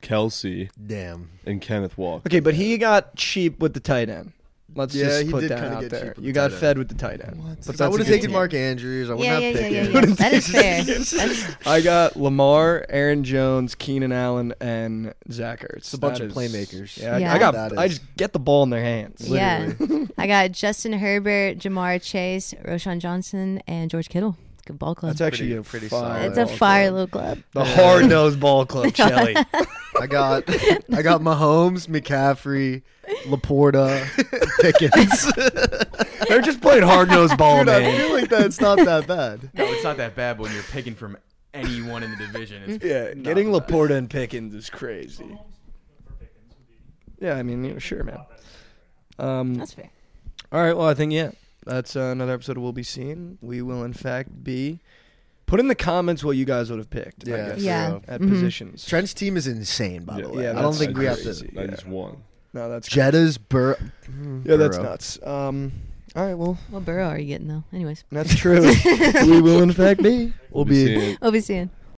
[SPEAKER 2] Kelsey,
[SPEAKER 4] Damn.
[SPEAKER 2] and Kenneth Walker.
[SPEAKER 1] Okay, but he got cheap with the tight end. Let's
[SPEAKER 4] Yeah,
[SPEAKER 1] just
[SPEAKER 4] he
[SPEAKER 1] put
[SPEAKER 4] did
[SPEAKER 1] that
[SPEAKER 4] kinda
[SPEAKER 1] out
[SPEAKER 4] get
[SPEAKER 1] there.
[SPEAKER 4] cheap with
[SPEAKER 1] You
[SPEAKER 4] the
[SPEAKER 1] got
[SPEAKER 4] tight end.
[SPEAKER 1] fed with the tight end. But
[SPEAKER 4] If I
[SPEAKER 1] that's
[SPEAKER 4] would
[SPEAKER 1] a
[SPEAKER 4] have
[SPEAKER 1] good
[SPEAKER 4] taken
[SPEAKER 1] team.
[SPEAKER 4] Mark Andrews. I would
[SPEAKER 3] Yeah,
[SPEAKER 4] not
[SPEAKER 3] yeah,
[SPEAKER 4] pick
[SPEAKER 3] yeah, yeah,
[SPEAKER 4] him.
[SPEAKER 3] yeah. That is fair. That's,
[SPEAKER 1] I got Lamar, Aaron Jones, Keenan Allen, and Zach Ertz. It's
[SPEAKER 4] a bunch of playmakers.
[SPEAKER 1] Yeah, I-
[SPEAKER 3] Yeah.
[SPEAKER 1] I got.
[SPEAKER 4] That
[SPEAKER 1] I
[SPEAKER 4] is.
[SPEAKER 1] just get the ball in their hands.
[SPEAKER 3] yeah. I got Justin Herbert, Jamar Chase, Roshan Johnson, and George Kittle. It's a good ball club.
[SPEAKER 1] That's actually
[SPEAKER 4] Pretty-
[SPEAKER 1] a
[SPEAKER 4] pretty
[SPEAKER 1] fire.
[SPEAKER 4] solid.
[SPEAKER 3] it's a
[SPEAKER 1] ball
[SPEAKER 3] fire
[SPEAKER 1] club.
[SPEAKER 3] little club.
[SPEAKER 1] The hard nosed ball club, Shelly.
[SPEAKER 4] I got I got Mahomes, McCaffrey, Laporta, Pickens.
[SPEAKER 1] They're just playing hard nosed ball,
[SPEAKER 4] Dude, I
[SPEAKER 1] man.
[SPEAKER 4] feel like that's not that bad.
[SPEAKER 6] No, it's not that bad. But when you're picking from anyone in the division, it's
[SPEAKER 1] Yeah, getting Laporta and Pickens is crazy. Yeah, I mean, you know, sure, man. Um,
[SPEAKER 3] That's fair.
[SPEAKER 1] All right. Well, I think yeah, that's uh, another episode. We'll be seeing. We will, in fact, be put in the comments what you guys would have picked. I
[SPEAKER 4] Yeah.
[SPEAKER 1] guess,
[SPEAKER 3] Yeah.
[SPEAKER 4] So,
[SPEAKER 1] At
[SPEAKER 3] Mhm.
[SPEAKER 1] positions.
[SPEAKER 4] Trent's team is insane, by
[SPEAKER 2] Yeah.
[SPEAKER 4] the way.
[SPEAKER 1] Yeah,
[SPEAKER 4] I don't
[SPEAKER 1] that's
[SPEAKER 4] think we have
[SPEAKER 1] crazy.
[SPEAKER 4] to.
[SPEAKER 2] I just won.
[SPEAKER 1] No, that's
[SPEAKER 4] Jeddah's Bur.
[SPEAKER 1] yeah, that's
[SPEAKER 4] Burrow.
[SPEAKER 1] nuts. Um, all right. Well,
[SPEAKER 3] What borough are you getting though? Anyways,
[SPEAKER 1] that's true. we will, in fact, be. We'll
[SPEAKER 2] We'll be
[SPEAKER 1] be.
[SPEAKER 2] seeing-
[SPEAKER 3] we'll be seeing.